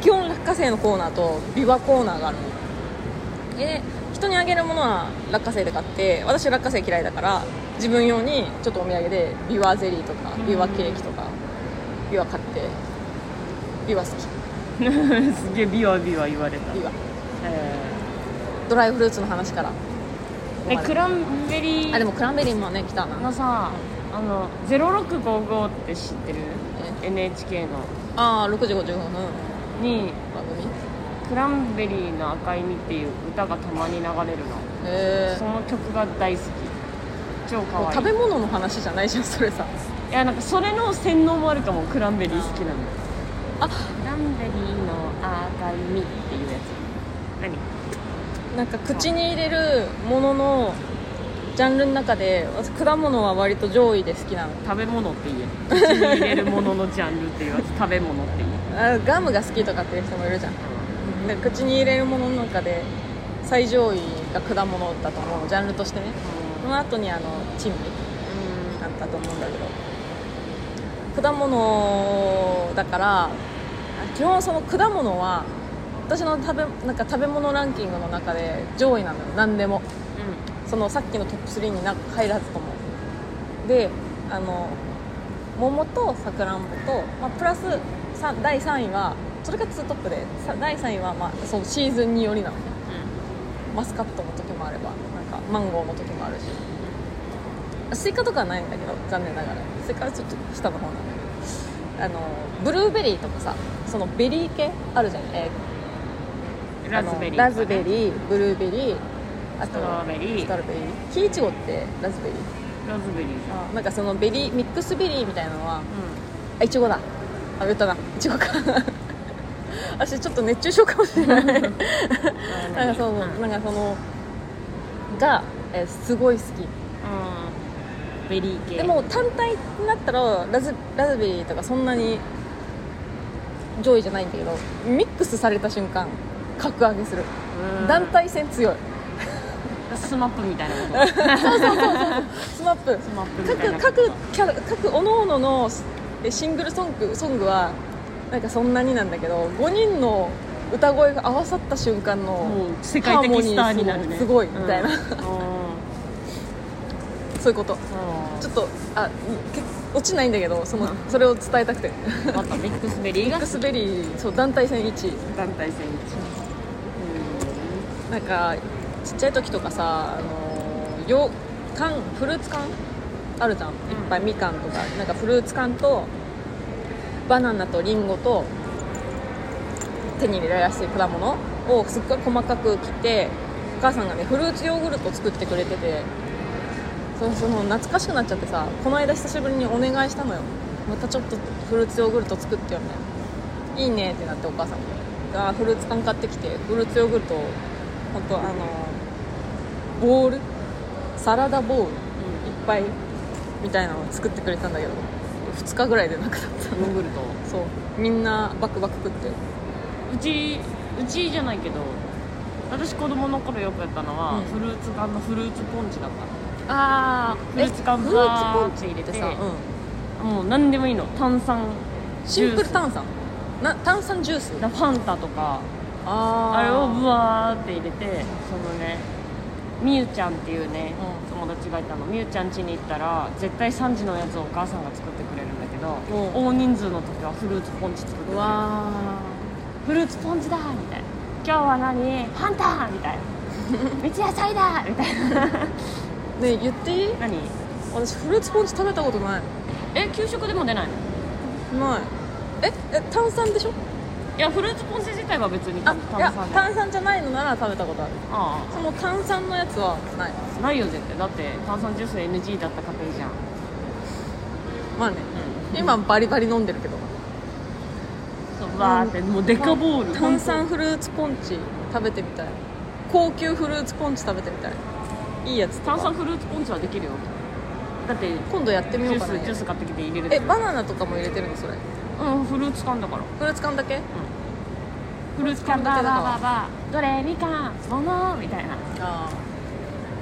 B: 基本落花生のコーナーとビワコーナーがあるので人にあげるものは落花生で買って私落花生嫌いだから自分用にちょっとお土産でビワゼリーとかビワケーキとかビワ買ってビワ好き
A: うん すげえビワビワ言われた
B: ビワ
A: え
B: ドライフルーツの話から
A: ーえクランベリー
B: あでもクランベリーもね来たな
A: あのさあの0655って知ってる
B: え
A: NHK の
B: ああ6時55分番
A: に
B: 組
A: 「クランベリーの赤い実」っていう歌がたまに流れるの
B: へえ
A: その曲が大好き超かわいい
B: 食べ物の話じゃないじゃんそれさ
A: いやなんかそれの洗脳もあるかもクランベリー好きなの
B: あ
A: クランベリーの赤い実っていうやつ何
B: なんか口に入れるもののジャンルの中で私果物は割と上位で好きなの
A: 食べ物って言え口に入れるもののジャンルっていうや つ食べ物って言え
B: あガムが好きとかっていう人もいるじゃんなんか口に入れるものの中で最上位が果物だと思うジャンルとしてねその後にあの珍味だったと思うんだけど果物だから基本その果物は私の食べなんか食べ物ランキングの中で上位なのよ何でもそのさっきのトップ3にな入るはずと思うであの桃とさくらんぼと、まあ、プラスさ第3位はそれが2トップでさ第3位は、まあ、そうシーズンによりなのねマスカットの時もあればなんかマンゴーの時もあるしスイカとかはないんだけど残念ながらスイカはちょっと下の方なんだけどあのブルーベリーとかさそのベリー系あるじゃん、え
A: うんうん
B: ー
A: ラズベリー
B: あのラズベリーブルーベリーあ
A: スト
B: と
A: ロベリ
B: スト
A: ー
B: ロベリーキイチゴってラズベリー
A: ラズベリーさ
B: なんかそのベリーミックスベリーみたいなのは
A: う
B: あいちごだあ言ったないちごか 私ちょっと熱中症かもしれないなんか
A: ん
B: そう
A: うん
B: なんかそのがえーすごい好き
A: うんベリー系
B: でも単体になったらラズラズベリーとかそんなに上位じゃないんだけどミックスされた瞬間格上げする
A: うん
B: 団体戦強い
A: スマップみたいなこと
B: スマップ
A: スマップみたい
B: 各
A: な
B: 各キャラ各おのおののえシングルソングソングはなんかそんなになんだけど5人の歌声が合わさった瞬間の
A: もう世界的スターになるね
B: ハーモニーすごいみたいな
A: うんうん
B: そういうことち
A: そ
B: ょっとあけ落ちないんだけどその、
A: うん
B: それを伝えたくて
A: うまたミックスベリー
B: ミッ
A: が
B: クスベリーそう団体戦1
A: 団体戦
B: 位なんかちっちゃい時とかさあのよ缶フルーツ缶あるじゃんいっぱいみかんとかなんかフルーツ缶とバナナとリンゴと手に入れやすい果物をすっごい細かく切ってお母さんがねフルーツヨーグルト作ってくれててそその懐かしくなっちゃってさこの間久しぶりにお願いしたのよまたちょっとフルーツヨーグルト作ってよみたいないいねってなってお母さんがあフルーツ缶買ってきてフルーツヨーグルトをほんとあのボールサラダボールいっぱいみたいなのを作ってくれたんだけど2日ぐらいでなくなった
A: ヨーグルト
B: そうみんなバクバク食って
A: うちうちじゃないけど私子供の頃よくやったのは、
B: うん
A: フルーツ缶のフルーツポンチだった
B: あ
A: フルーツ缶
B: フ
A: バ
B: ルーツポ
A: ー
B: ン
A: っ
B: チ
A: て入れて
B: ってさ、う
A: もう何でもいいの炭酸
B: ん、シンプル炭酸な炭酸ジュース
A: だファンタとか
B: あー
A: あれをブワーって入れてそのねみゆちゃんっていうね、
B: うん
A: 友達がいたのみゆちゃん家に行ったら絶対3時のやつをお母さんが作ってくれるんだけど、
B: う
A: 大人数の時はフルーツポンチ作ってくれ
B: う
A: る
B: わ
A: フルーツポンチだみたいな今日は何ハンターみ たいな道野菜だみたいな
B: ーねえ言っていい
A: 何
B: 私フルーツポンチ食べたことない
A: え給食でも出ないの
B: ないええ炭酸でしょ
A: いやフルーツポンチ自体は別に
B: あ
A: 炭
B: いや
A: 酸じゃない
B: 炭酸じゃないのなら食べたことある
A: あ
B: その炭酸のやつはない
A: あないよ絶対だって炭酸ジュース NG だった家庭じゃん、
B: まあね
A: う
B: 今バリバリ飲んでるけど
A: そうバーってもうデカボール
B: 炭酸フルーツポンチ食べてみたい高級フルーツポンチ食べてみたいいいやつとか
A: 炭酸フルーツポンチはできるよだってジ
B: 今度やってみ
A: ュ
B: よう
A: ー
B: か
A: ス
B: な
A: ジュース買ってきて入れる
B: えバナナとかも入れてるのそれ
A: うんフルーツ缶だから
B: フルーツ缶だけ
A: フルーツ缶
B: バーバーバー
A: バーどれみかん桃みたいな
B: あ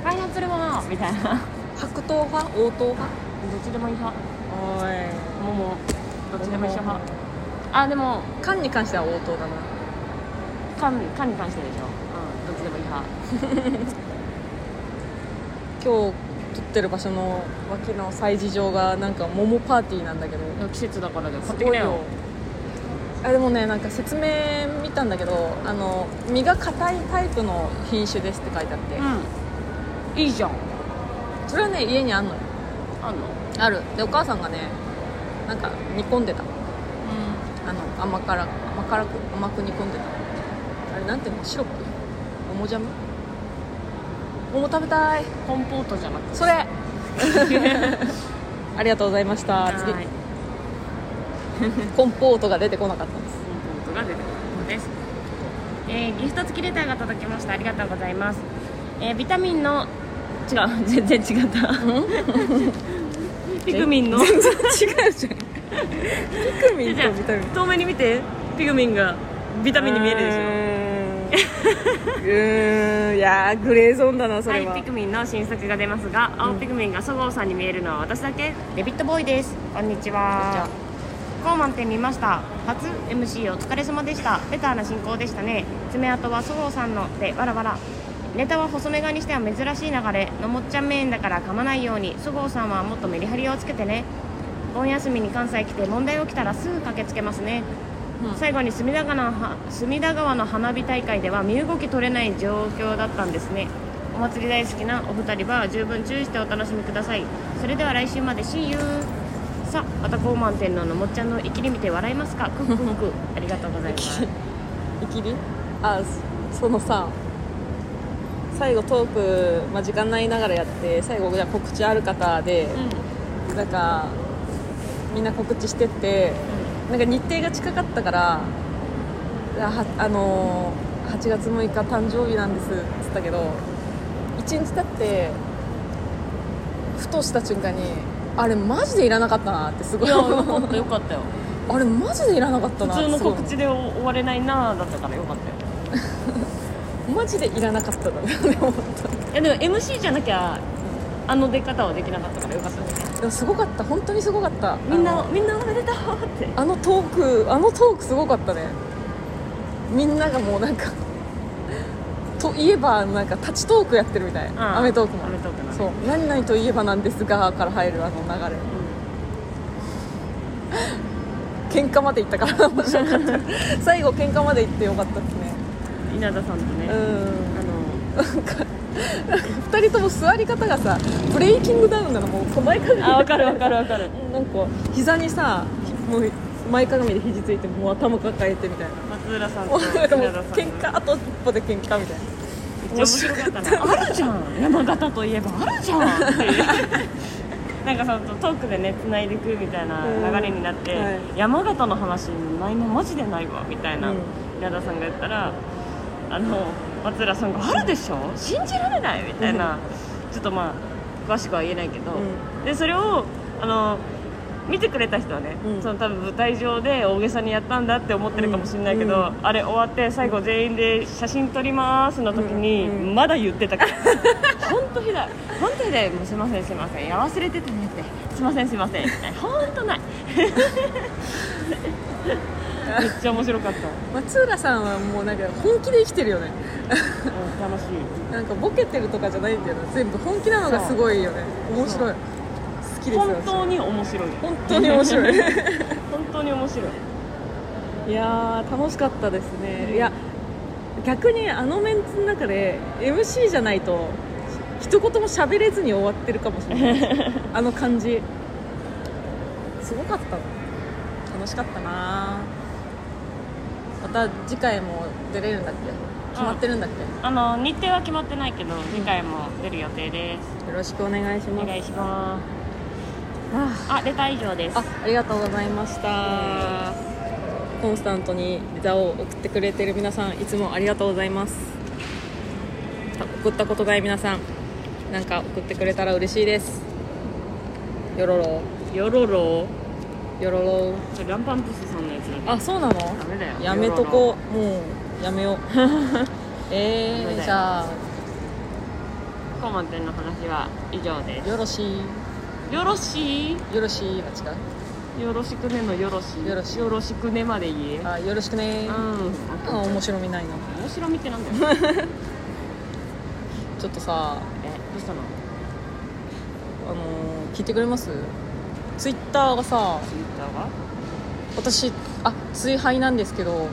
A: パイナップル桃みたいな どっ
B: 白桃派黄桃派
A: ちでもいい派
B: おい
A: 桃どっちでも一緒派あでも
B: 缶に関しては応答だな
A: 缶缶に関してでしょうんどっちでもいい派
B: 今日撮ってる場所の脇の催事場がなんか桃パーティーなんだけど
A: でも季節だからだよ買
B: す
A: ってき
B: ご
A: ないよ
B: よあでもねなんか説明見たんだけどあの実が硬いタイプの品種ですって書いてあって、
A: うんいいじゃん
B: それはね家にあんのよ
A: あんの
B: あるでお母さんがねなんか煮込んでたあの甘辛甘辛く甘く煮込んでたあれなんていうのシロップ桃ジャム桃食べたい
A: コンポートじゃなくて
B: そ れありがとうございました次
A: はい
B: コンポートが出てこなかったんです
A: コンポートが出てくるものです、えーギフト付きレターが届きましたありがとうございます、えービタミンの違う 全然違ったピクミンの
B: 全然違うじゃんピクミンとビタミン
A: 遠目に見てピクミンがビタミンに見えるでしょ
B: うーんうーんいやーグレーゾーンだなそ
A: は
B: れ
A: い
B: は、
A: ピクミンの新作が出ますが青ピクミンがそごうさんに見えるのは私だけデビットボーイですこんにちはコーマン店見ました初 MC お疲れ様でしたベターな進行でしたね爪痕はそごうさんのでわらわらネタは細めがにしては珍しい流れのもっちゃんメインだから噛まないようにそごうさんはもっとメリハリをつけてね盆休みに関西来て問題起きたらすぐ駆けつけますね
B: うん
A: 最後に隅田川のは隅田川の花火大会では身動き取れない状況だったんですねお祭り大好きなお二人は十分注意してお楽しみくださいそれでは来週まで See you さあまた高満天皇のもっちゃんの生きり見て笑いますかクックックありが とうございます
B: いきりあそそのさ最後トーク、まあ、時間ないながらやって最後じゃあ告知ある方で、なんかみんな告知してってなんか日程が近かったから「あはあのー8月6日誕生日なんです」っつったけど1日経ってふとした瞬間にあれマジでいらなかったなってすごい思う
A: たよかったよ
B: あれマジでいらなかったなってすごい思う
A: で終われないなだったからよかったよ
B: マジでいらなかったんだなって思っ
A: いやでも MC じゃなきゃあの出方はできなかったからよかったですね
B: たでもすごかった本当にすごかった
A: みん
B: あ
A: な
B: の
A: みんなおめでとうって
B: あのトークあのトークすごかったねみんながもうなんか といえばなんか立ちトークやってるみたい、
A: ん
B: アメトークも
A: アメトークのね
B: そう何々といえばなんですがから入るあの流れ喧嘩まで行ったから 面白かった最後喧嘩まで行ってよかったですね
A: うん稲田さんとね、
B: うん
A: あ
B: 2人とも座り方がさブレイキングダウンなのもう前かがみ
A: のあ分かる分かる分かる
B: なんか膝にさひもう前かがみで肘ついてもう頭抱えてみたいな
A: 松浦さん
B: も
A: と
B: う
A: 稲
B: なん
A: 田
B: かもう
A: さんの
B: 喧嘩あと一歩で喧嘩みたいな
A: めっちゃ面白かったなあるじゃん山形といえばあるじゃんっていうなんかそのトークでねつないでくみたいな流れになって、
B: うんはい
A: 山形の話ないのマジでないわみたいな、
B: うん
A: 稲田さんが言ったらあの松浦さんがあるでしょ信じられないみたいな、ちょっとまあ詳しくは言えないけど、
B: う
A: でそれをあの見てくれた人はね、
B: うん
A: その多分舞台上で大げさにやったんだって思ってるかもしれないけど、
B: うん
A: あれ終わって最後全員で写真撮りますの時に
B: うんう
A: まだ言ってたから 本当ひどい本当ひどいもうすいませんすいませんいや忘れてたねってすいませんすいませんみたいな本当 ないめっちゃ面白かった、
B: 松浦さんはもうなんか本気で生きてるよね
A: うん楽しい
B: なんかボケてるとかじゃないんだよな全部本気なのがすごいよね面白い好きですよ
A: 本当に面白い
B: 本当に面白い
A: 本当に面白い
B: いやー楽しかったですねいや逆にあのメンツの中で MC じゃないと一言も喋れずに終わってるかもしれない あの感じすごかったな楽しかったなまた次回も出れるんだっけ決まってるんだっけ
A: あの日程は決まってないけど次回も出る予定です
B: よろしくお願いしま
A: お
B: す
A: 願いします
B: は
A: あレター以上です
B: ああありがとうございましたコンスタントにレターを送ってくれてる皆さんいつもありがとうございます送ったことない皆さんなんか送ってくれたら嬉しいですよろろ
A: ヨロロ
B: よろろ
A: それランパンプスさんのやつ
B: あそうなの
A: ダメだよ
B: やめとこうもうやめよう え
A: ダメだ
B: ー、
A: よ
B: じゃあ
A: コマンテンの話は以上です
B: よろしい
A: よろしい
B: よろしいが違う
A: よろしくねのよろしい
B: よろしい
A: よろしくねまで言え
B: あよろしくね
A: うん
B: あ面白みないな
A: 面白みってなんだよ
B: ちょっとさ
A: えどうしたの
B: あのー聞いてくれますツイッターがさ
A: ツイッターが
B: 私あ追廃なんですけど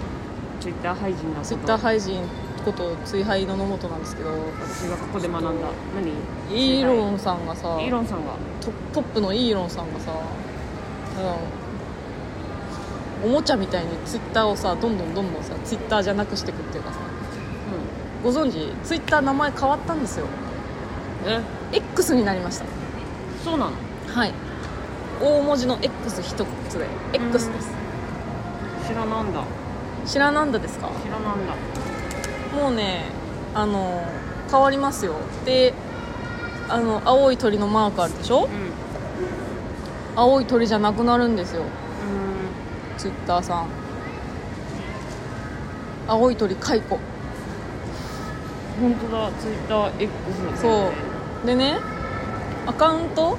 A: ツイッター廃人だこと
B: ツイッター廃人こと追廃の野本なんですけど
A: 私がここで学んだ何
B: イーロ
A: ン
B: ンさんがさ
A: イーロンさんが
B: トトップのイーロンさんがさあのおもちゃみたいにツイッターをさどんどんどんどんさツイッターじゃなくしていくっていうかさ
A: う
B: ご存知ツイッター名前変わったんですよ
A: んえ
B: X になりました
A: そうなの
B: はい大文字の X 一つで X です
A: 知らなんだ
B: 知らなんだですか
A: 知らなんだ
B: もうねあの変わりますよであの青い鳥のマークあるでしょ
A: うん
B: 青い鳥じゃなくなるんですよ
A: うん
B: ツイッターさん青い鳥解雇
A: 本当だツイッター X だね
B: そうでねアカウント
A: う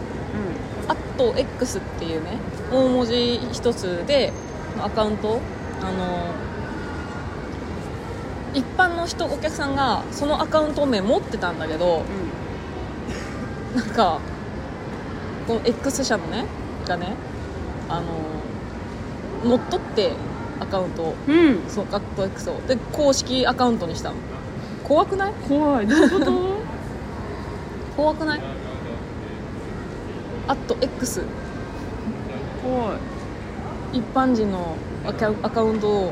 B: アット X っていうね大文字一つでアカウントあの一般の人お客さんがそのアカウント名持ってたんだけど
A: んうん
B: なんかこの X 社のねがねあの乗っ取ってアカウントを
A: うん
B: そうカット X をで公式アカウントにしたの怖くない
A: 怖いどういうこと
B: 怖くないアット X
A: 怖い
B: 一般人のアカアカウントを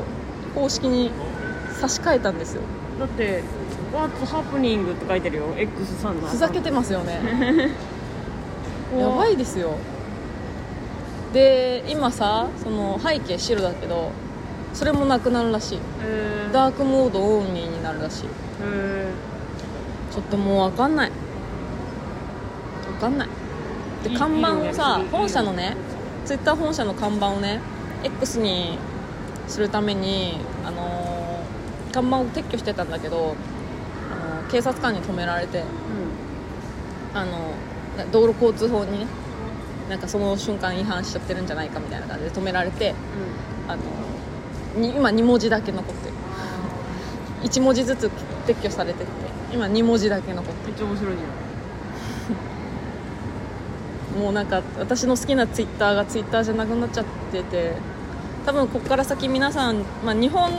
B: 公式に差し替えたんですよ
A: だって「What's happening」って書いてるよ X さんの
B: ふざけてますよねやばいですよで今さその背景白だけどそれもなくなるらしい
A: えー、
B: ダークモードオンリーになるらしい
A: え
B: ちょっともう分かんない分かんないで
A: いい
B: 看板をさ
A: いいよ
B: 本社のねツイッター本社の看板をね X にするためにあのー看板を撤去してたんだけどあの警察官に止められてあのな道路交通法にねなんかその瞬間違反しちゃってるんじゃないかみたいな感じで止められてあのに今2文字だけ残ってる1文字ずつ撤去されてって今2文字だけ残ってる
A: めっちゃ面白いじ
B: もうなんか私の好きなツイッターがツイッターじゃなくなっちゃってて多分ここから先皆さん、まあ、日本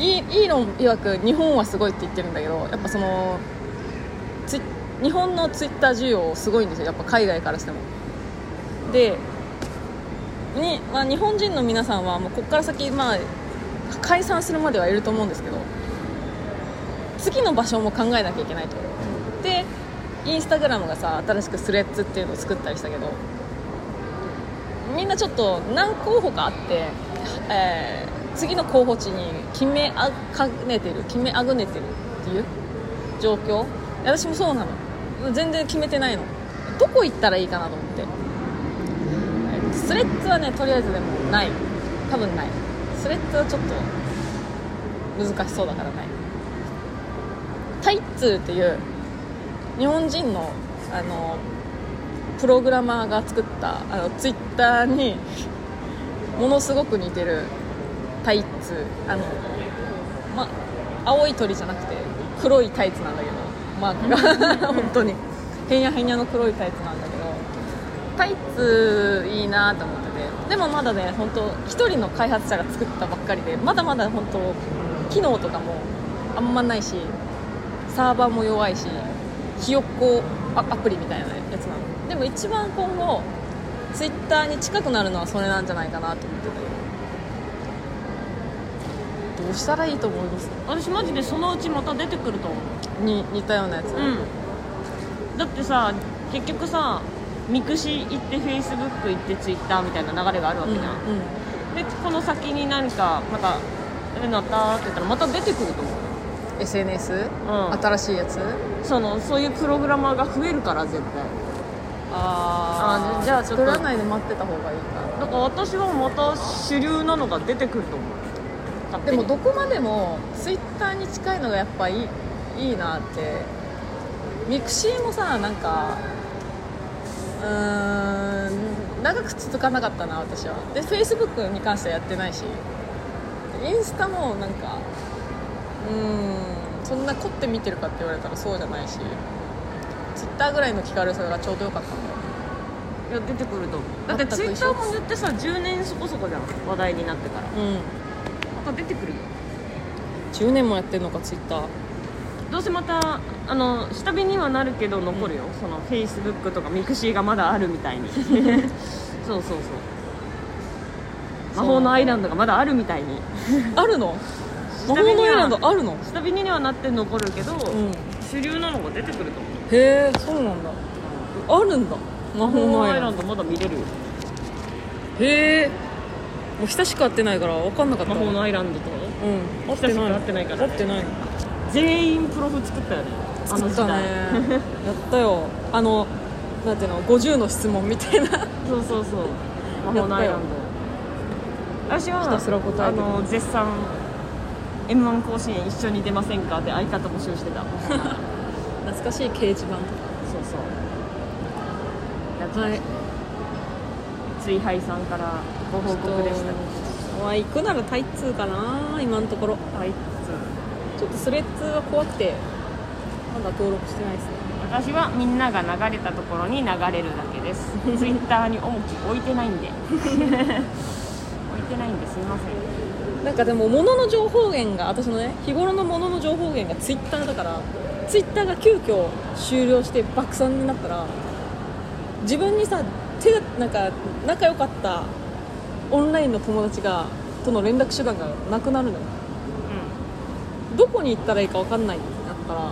B: イーイーロン曰く日本はすごいって言ってるんだけどやっぱそのツイ日本のツイッター需要すごいんですよやっぱ海外からしてもでに、まあ、日本人の皆さんはもうここから先、まあ、解散するまではいると思うんですけど次の場所も考えなきゃいけないとでインスタグラムがさ新しくスレッズっていうのを作ったりしたけどみんなちょっと何候補かあって、えー次の候補地に決めあかねてる決めあぐねてるっていう状況私もそうなの全然決めてないのどこ行ったらいいかなと思ってえースレッズはねとりあえずでもない多分ないスレッズはちょっと難しそうだからないタイッツーっていう日本人のあのプログラマーが作ったあのツイッターにものすごく似てるタイツあの、ま、青い鳥じゃなくて黒いタイツなんだけどマークが 本当にへんやへんやの黒いタイツなんだけどタイツいいなと思っててでもまだね本当一人の開発者が作ったばっかりでまだまだ本当機能とかもあんまないしサーバーも弱いしひよっこアアプリみたいなやつなのでも一番今後ツイッターに近くなるのはそれなんじゃないかなと思っててどうしたらいいと思います
A: ゃん私マジでそのうちまた出てくると思う
B: に似たようなやつ、
A: うんだってさ結局さミクシー行ってフェイスブック行ってツイッターみたいな流れがあるわ
B: うん
A: け
B: う
A: じ
B: ん
A: ゃん、でこの先に何かまた「えなった?」って言ったらまた出てくると思う
B: SNS、
A: ん
B: 新しいやつ
A: そのそういうプログラマーが増えるから絶対
B: あ
A: ー
B: じゃあ
A: ちょっと
B: 作らないで待ってた方がいいか
A: だから私はまた主流なのが出てくると思う勝手
B: で
A: に
B: もどこまでもツイッターに近いのがやっぱいいいいなってミクシーもさなんかうーん長く続かなかったな私はでフェイスブックに関してはやってないしインスタもなんかうーんそんな凝って見てるかって言われたらそうじゃないしツイッターぐらいの気軽さがちょうどよかったんだ
A: い
B: よ
A: や出てくると思うだって
B: 全く
A: ツイ
B: 一緒
A: ッターも言ってさ10年そこそこじゃん話題になってから
B: うん
A: また出てくるよ
B: 10年もやってんのかツイッター
A: どうせまたあの下火にはなるけど残るよ、そのフェイスブックとかミクシーがまだあるみた いにそうそうそう魔法のアイランドがまだあるみたいに
B: ある の
A: 下
B: 魔
A: 火
B: 法の
A: に
B: アイラン
A: は
B: ドあるの
A: 下火にはなって残るけど、
B: うん
A: 主流なのが出てくると思う
B: へえそうなんだあるんだ魔
A: 魔
B: 法
A: 法
B: の
A: の
B: ア
A: ア
B: イ
A: イ
B: ラ
A: ラ
B: ン
A: ン
B: ド
A: ドまだ見れるよ
B: へえもう久しく会ってないから分かんなかった
A: 魔法のアイランドと
B: うん
A: 久しく会ってないから
B: 会ってないの
A: 全員プロフ作ったよねあの
B: 作っ
A: 時
B: たね
A: 代
B: やったよあのなんていうの50の質問みたいな
A: そうそうそう魔法のアイランド私は
B: ひたすら答えてく
A: あ
B: る
A: の絶賛 m 1甲子園一緒に出ませんかって相方募集してたそうそう
B: 懐かしい掲示板
A: やっ
B: はい
A: 追敗さんからご報告でした
B: は行くならタイツーかな今のところ
A: はい
B: ちょっとスレッズが怖くてまだ登録してないですね
A: 私はみんなが流れたところに流れるだけです ツイッターに重き置いてないんで置いてないんですいません
B: なんかでも物の情報源が私のね日頃の物の情報源がツイッターだからツイッターが急遽終了して爆散になったら自分にさ手がなんか仲良かったオンラインの友達がとの連絡手段がなくなるのよ
A: う
B: どこに行ったらいいか分かんないってなったら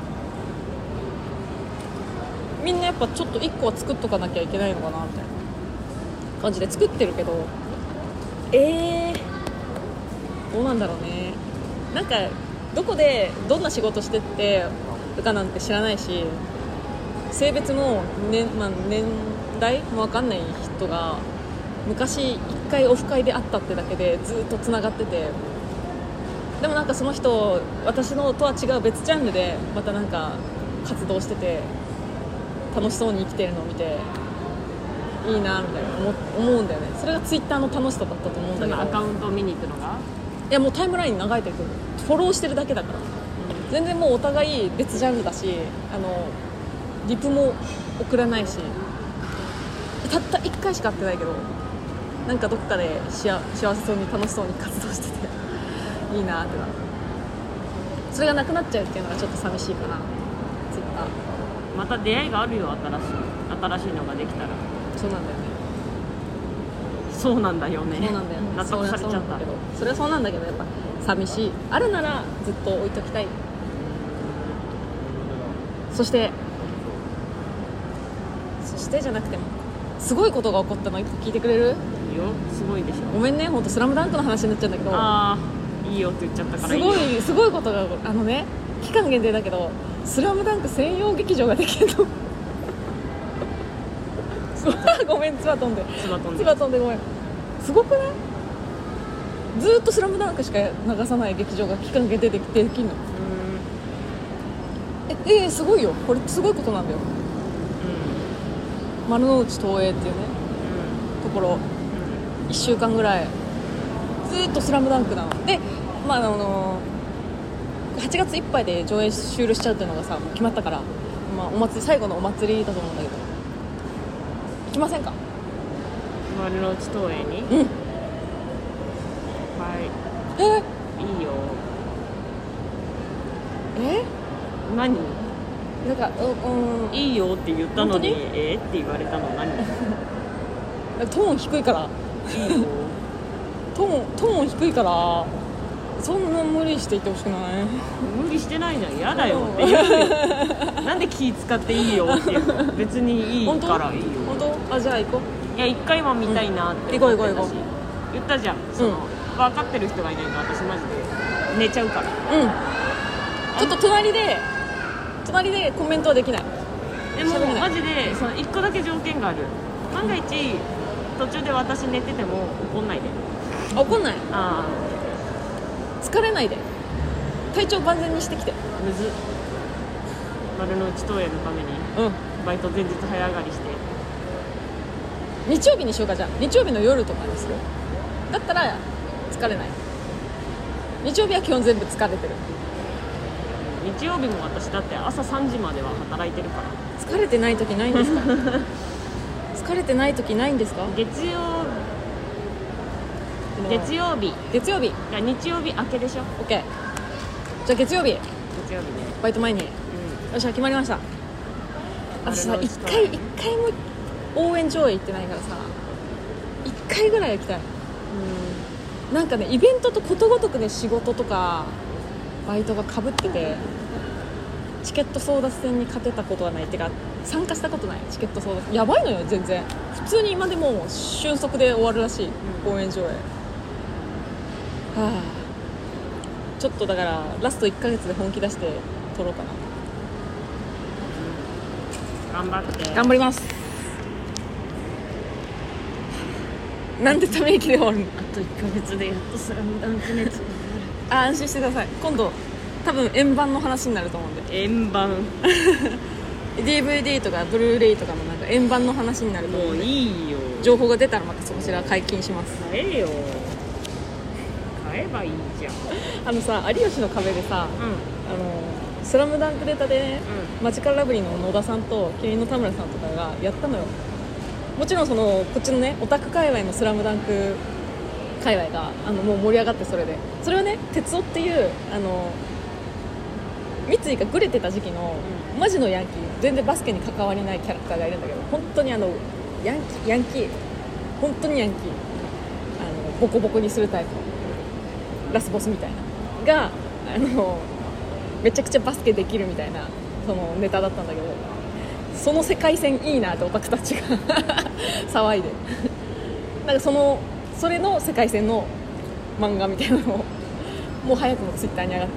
B: みんなやっぱちょっと1個は作っとかなきゃいけないのかなみたいな感じで作ってるけどえー、どうなんだろうねなんかどこでどんな仕事してってるかなんて知らないし性別も、ねまあ、年代も分かんない人が昔1回オフ会で会ったってだけでずっとつながっててでもなんかその人私のとは違う別ジャンルでまたなんか活動してて楽しそうに生きてるのを見ていいなみたいな思思うんだよねそれがツイッターの楽しさだったと思うん
A: そ
B: だけど
A: のアカウントを見に行くのが
B: いやもうタイムラインに流れてくるフォローしてるだけだから全然もうお互い別ジャンルだしあのリプも送らないしたった1回しか会ってないけどなんかどっかでしあ幸せそうに楽しそうに活動してていいなってなそれがなくなっちゃうっていうのがちょっと寂しいかなツイッター
A: また出会いがあるよ新しい新しいのができたら
B: そうなんだよね
A: そうなんだよね
B: そうなんだよね
A: 納
B: そう
A: 得されちゃ
B: な
A: っ
B: ん
A: た
B: だけどそれはそうなんだけどやっぱ寂しいあるならずっと置いときたいそしてそしてじゃなくてもすごいことが起こったの一個聞いてくれる
A: いいよすごいでしょ
B: ごめんね本当スラムダンクの話になっちゃうんだけど
A: ああいいよって言っちゃったから
B: す
A: いいよ
B: ごいすごいことがあのね期間限定だけど「スラムダンク専用劇場ができる の ごめんつば飛んで
A: つば飛ん
B: つ
A: で
B: ば飛んでごめんすごくないずーっと「スラムダンクしか流さない劇場が期間限定でできるの
A: うーん
B: ええーすごいよこれすごいことなんだよ
A: う
B: 丸の内東映っていうねところ
A: んうん
B: 1週間ぐらいずーっと「スラムダンクなのでまああの8月いっぱいで上映終了しちゃうっていうのがさもう決まったから、まあ、お祭り最後のお祭りだと思うんだけど行きませんか
A: うん丸の内東映に
B: うん
A: は
B: えー
A: いいいよ
B: え
A: 何
B: ーなんかううん
A: いいよって言ったのに
B: 本
A: えーって言われたの何いい
B: なんかトーン低いから
A: よ
B: トーントーン低いからそんな無理していってほしくない
A: 無理してないじゃん嫌だよって言う よなんで気使っていいよっていうの別にいい
B: 本当
A: からいいよ
B: 本当あじゃあ行こ
A: いや一回は見たいなって
B: うん行
A: 思
B: こ
A: ってたし、
B: う行こう行こ
A: 言ったじゃんその、分かってる人がいないから私マジで寝ちゃうから
B: ううんちょっと隣で隣でコメントはできない
A: でも
B: しょうがない
A: マジでその1個だけ条件がある万が一途中で私寝てても怒んないで
B: あ怒んない
A: あ
B: 疲れないで体調万全にしてきて
A: あむずっ丸の内投影のために
B: うん
A: バイト前日早上がりして
B: 日曜日にしようかじゃあ日曜日の夜とかにするだったら疲れない日曜日は基本全部疲れてる
A: 日曜日も私だって朝3時までは働いてるから
B: 疲れてない時ない んですか疲れてない時ないんですか
A: 月曜月曜日
B: 月曜日
A: が日曜日明けでしょ
B: OK じゃあ月曜日
A: 月曜日ね
B: バイト前によっしゃ決まりました私さ
A: 丸の内
B: 一
A: 公園
B: 回一回も応援上映行ってないからさ一回ぐらいは行きたいなんかねイベントとことごとくね仕事とかバイトがかぶっててチケット争奪戦に勝てたことはないってか参加したことないチケット争奪戦やばいのよ全然普通に今でもう瞬足で終わるらしい
A: うん
B: 応援上映はあちょっとだからラスト1ヶ月で本気出して撮ろうかな
A: うん頑張って
B: 頑張りますなんでため息で終わるの
A: あと1ヶ月でやっとスラムダンク熱
B: あ安心してください今度多分円盤の話になると思うんで
A: 円盤
B: DVD とかブルーレイとかもなんか円盤の話になると思
A: も
B: うん
A: う
B: で
A: いいよ
B: 情報が出たらまたそちら解禁します
A: 買えよ買えばいいじゃん
B: あのさ「有吉の壁」でさ「
A: うんうん
B: あのスラムダンクデータでねマジカルラブリーの野田さんと麒麟の田村さんとかがやったのよもちろんそのこっちのねオタク界隈の「スラムダンク界隈があのもう盛り上がってそれでそれはね哲夫っていうあの三井がグレてた時期のマジのヤンキー全然バスケに関わりないキャラクターがいるんだけど本当にあのヤンキーヤンキー本当にヤンキーあのボコボコにするタイプラスボスみたいながあのめちゃくちゃバスケできるみたいなそのネタだったんだけどその世界線いいなってオタクたちが 騒いでなんかそのそれの世界線の漫画みたいなのをもう早くもツイッターに上がって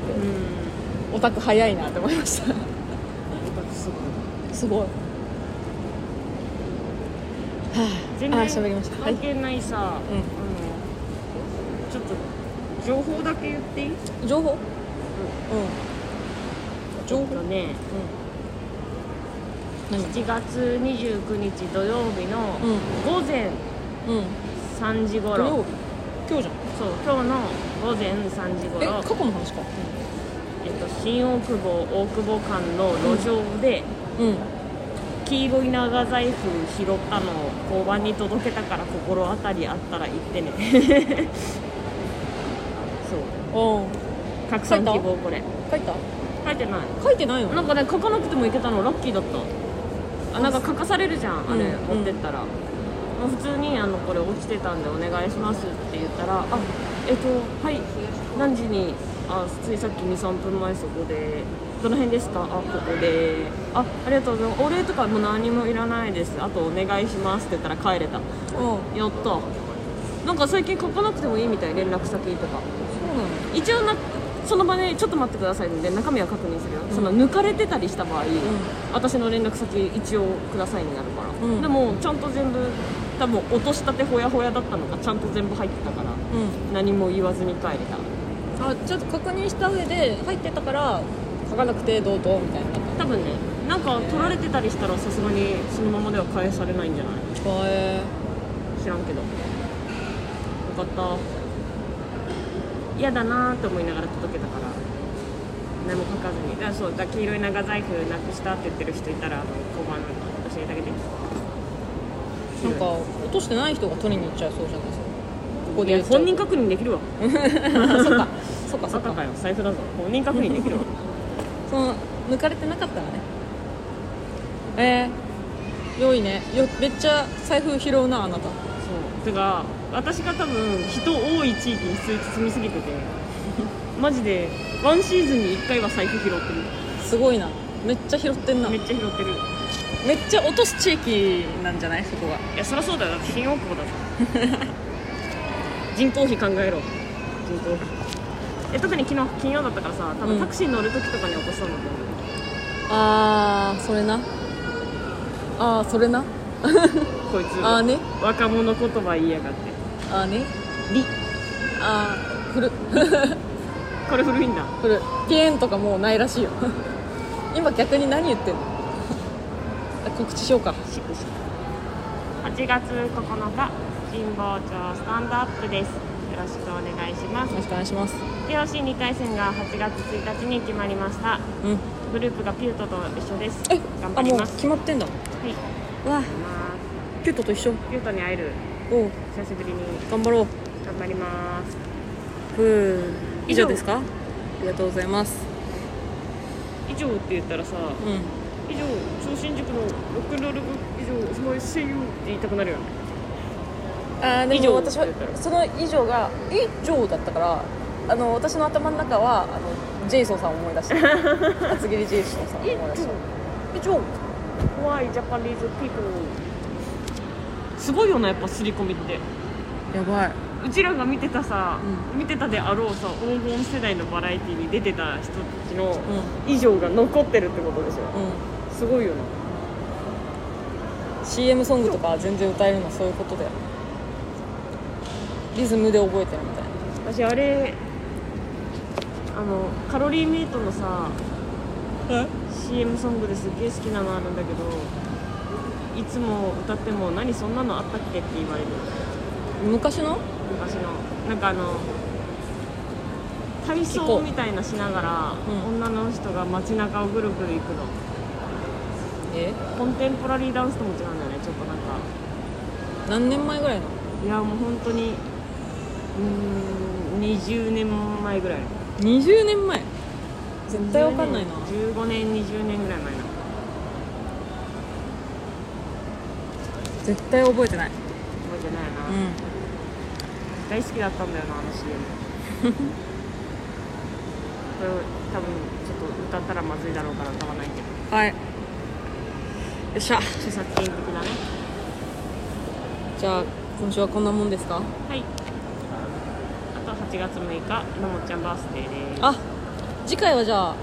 A: うん
B: オタク早いなって思いました
A: す
B: すごいはああ
A: 全
B: ー喋りま
A: 然
B: したはい
A: 関係ないさ、
B: うん
A: あのちょっと情報だけ言っていい
B: 情報うん情
A: え
B: 報
A: っとね
B: 何
A: 7月29日土曜日の
B: うん
A: 午前
B: うん
A: 3時
B: 土
A: 頃
B: 曜日今日じゃん
A: そう今日の午前3時
B: え
A: 頃
B: 過去の話か
A: えっと、新大久保大久保間の路上で、
B: うん
A: 黄色い長財布拾ったのを交番に届けたから心当たりあったら行ってね そう
B: お
A: 拡散希望これ
B: 書いた
A: 書いてない
B: 書いてないの
A: なんかね書かなくてもいけたのラッキーだったあなんか書かされるじゃんあれ、
B: う
A: 持
B: ん
A: ってったら、もう普通にあの「これ落ちてたんでお願いします」って言ったら「あえっとはい何時にあついさっき23分前そこでどの辺ですかあここであありがとうございますお礼とかもう何もいらないですあとお願いします」って言ったら帰れた
B: うん
A: やったなんか最近書かなくてもいいみたい連絡先とか
B: そうなの
A: 一応なその場でちょっと待ってくださいので中身は確認するよ、その抜かれてたりした場合、私の連絡先一応くださいになるから、
B: うん
A: でもちゃんと全部多分落としたてほやほやだったのがちゃんと全部入ってたから
B: うん
A: 何も言わずに帰れた
B: あちょっと確認した上で入ってたから書かなくてどうどうみたいな
A: 多分ねなんか取られてたりしたらさすがにそのままでは返されないんじゃない
B: へえ
A: 知らんけどよかった嫌だなーって思いながら届けたから何も書かずにだからそうだ黄色い長財布なくしたって言ってる人いたらあの交番教えてあげて
B: なんか落としてない人が取りに行っちゃいそうじゃないですかここで
A: い
B: 言
A: や
B: っちゃ
A: 本
B: う
A: 人確認できるわ
B: そっ かそっかそ
A: 朝
B: っ
A: か
B: か
A: よ財布だぞ本人確認できる わ
B: その抜かれてなかったらねえー、良いねよめっちゃ財布拾うなあなた
A: そうてか私が多分人多い地域に住みすぎててマジでワンシーズンに1回は財布拾ってる
B: すごいなめっちゃ拾ってんな
A: め
B: め
A: っちゃ拾ってる
B: っちゃ落とす地域なんじゃないそこが
A: いやそりゃそうだよだって新大久保だぞ 人口比考えろ人口比え特に昨日金曜だったからさ多
B: う
A: 分
B: ん
A: タクシー乗る時とかに起こしたんだと思う、
B: あーそれなあーそれな
A: こいつ
B: あーね
A: 若者言葉言いやがって
B: あーね
A: り
B: あー古っ
A: これ古いんだ
B: 古っピエンとかもうないらしいよ 今逆に何言ってんの あ告知しようか
A: シクシク8月9日神保町スタンドアップですよろしくお願いします
B: よろしくお願いします
A: POC2 回戦が8月1日に決まりました
B: うん
A: グループがピュートと一緒です
B: え
A: 頑
B: あ
A: 張り
B: もう
A: ます
B: 決まってんだ
A: はい頑
B: わあ
A: 張ります
B: ピュートと一緒
A: ピュートに会える
B: おう
A: 久しぶりに
B: 頑張ろう
A: 頑張ります
B: ふう以
A: 以上
B: 上ですかありがとうございます
A: 以上って言ったらさ
B: うん
A: 以上超新宿のロックンロール部以上おしまいせよって言いたくなるよね
B: あーで
A: 以上
B: も私はその以上が以上だったからあの私の頭の中はあのジェイソンさんを思い出した 厚切りジェイソンさんを思い出した以上
A: Why Japanese people すごいよなやっぱ刷り込みって
B: やばいう
A: ちらが見てたさ、
B: う
A: 見てたであろうさ黄金世代のバラエティに出てた人たちの
B: うん
A: 以上が残ってるってことでしょ
B: う
A: すごいよなん
B: CM ソングとか全然歌えるのはそういうことだよリズムで覚えてるみたいな
A: 私あれあのカロリーメイトのさ CM ソングですっげえ好きなのあるんだけどいつも歌っても「何そんなのあったっけ?」って言われる
B: 昔の
A: 昔のなんかあの体操みたいなしながら、
B: うん
A: 女の人が街中をぐるぐる行くの
B: え
A: コンテンポラリーダンスとも違うんだよねちょっとなんか
B: 何年前ぐらいの
A: いやもう本当にうーん20年前ぐらい
B: 20年前絶対わかんないな
A: 15年20年ぐらい前な
B: 絶対覚えてない
A: 覚えてないな、
B: う
A: 大好きだったんだよなあの CM これを多分ちょっと歌ったらまずいだろうから歌わないけど
B: んはいよっしゃ
A: 著作権的なね
B: じゃあ今週はこんなもんですか
A: はいあと8月6日のもっちゃんバースデーです
B: あ次回はじゃあ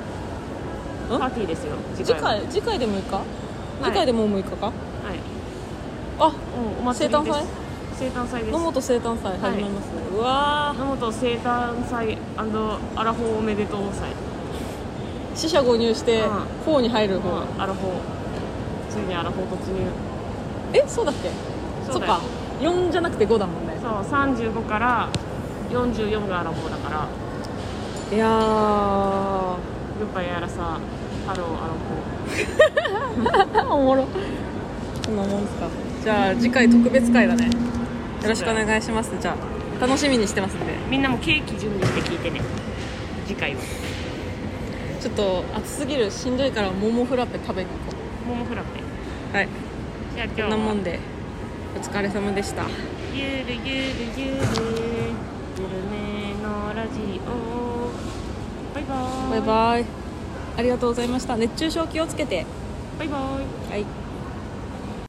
A: パーティーですよ
B: 次
A: は
B: 回次回でもいいか、
A: い
B: 次回でもう6日か
A: はい
B: あ
A: おお祭りです
B: 生誕祭
A: 生誕祭です
B: 野本生誕祭始めますね、うわ
A: 野本生誕祭アラフォーおめでとう祭、
B: ー四捨五入して
A: うん
B: 4に入る方、
A: まあ、アラフォーついにアラフォー突入
B: えそうだっけ
A: そう
B: っ
A: だよ
B: か4じゃなくて5だもんね
A: そう35から44がアラフォーだから
B: いやー
A: グッバイやらさハローアラフ
B: おもろそんなもんすかじゃあ次回特別会だねよろしくお願いしますじゃあ楽しみにしてますんで
A: ォーみんなもケーキ準備して聞いてね次回は
B: ちょっと暑すぎるしんどいから桃フラペ食べに行こ
A: 桃フラペ
B: うはい
A: じゃあ今日
B: こ
A: は
B: んなもんでお疲れ様でした
A: ゆるゆるゆるゆるめのラジオバイバーイ
B: バイバイありがとうございました熱中症気をつけて
A: バイバイ
B: はい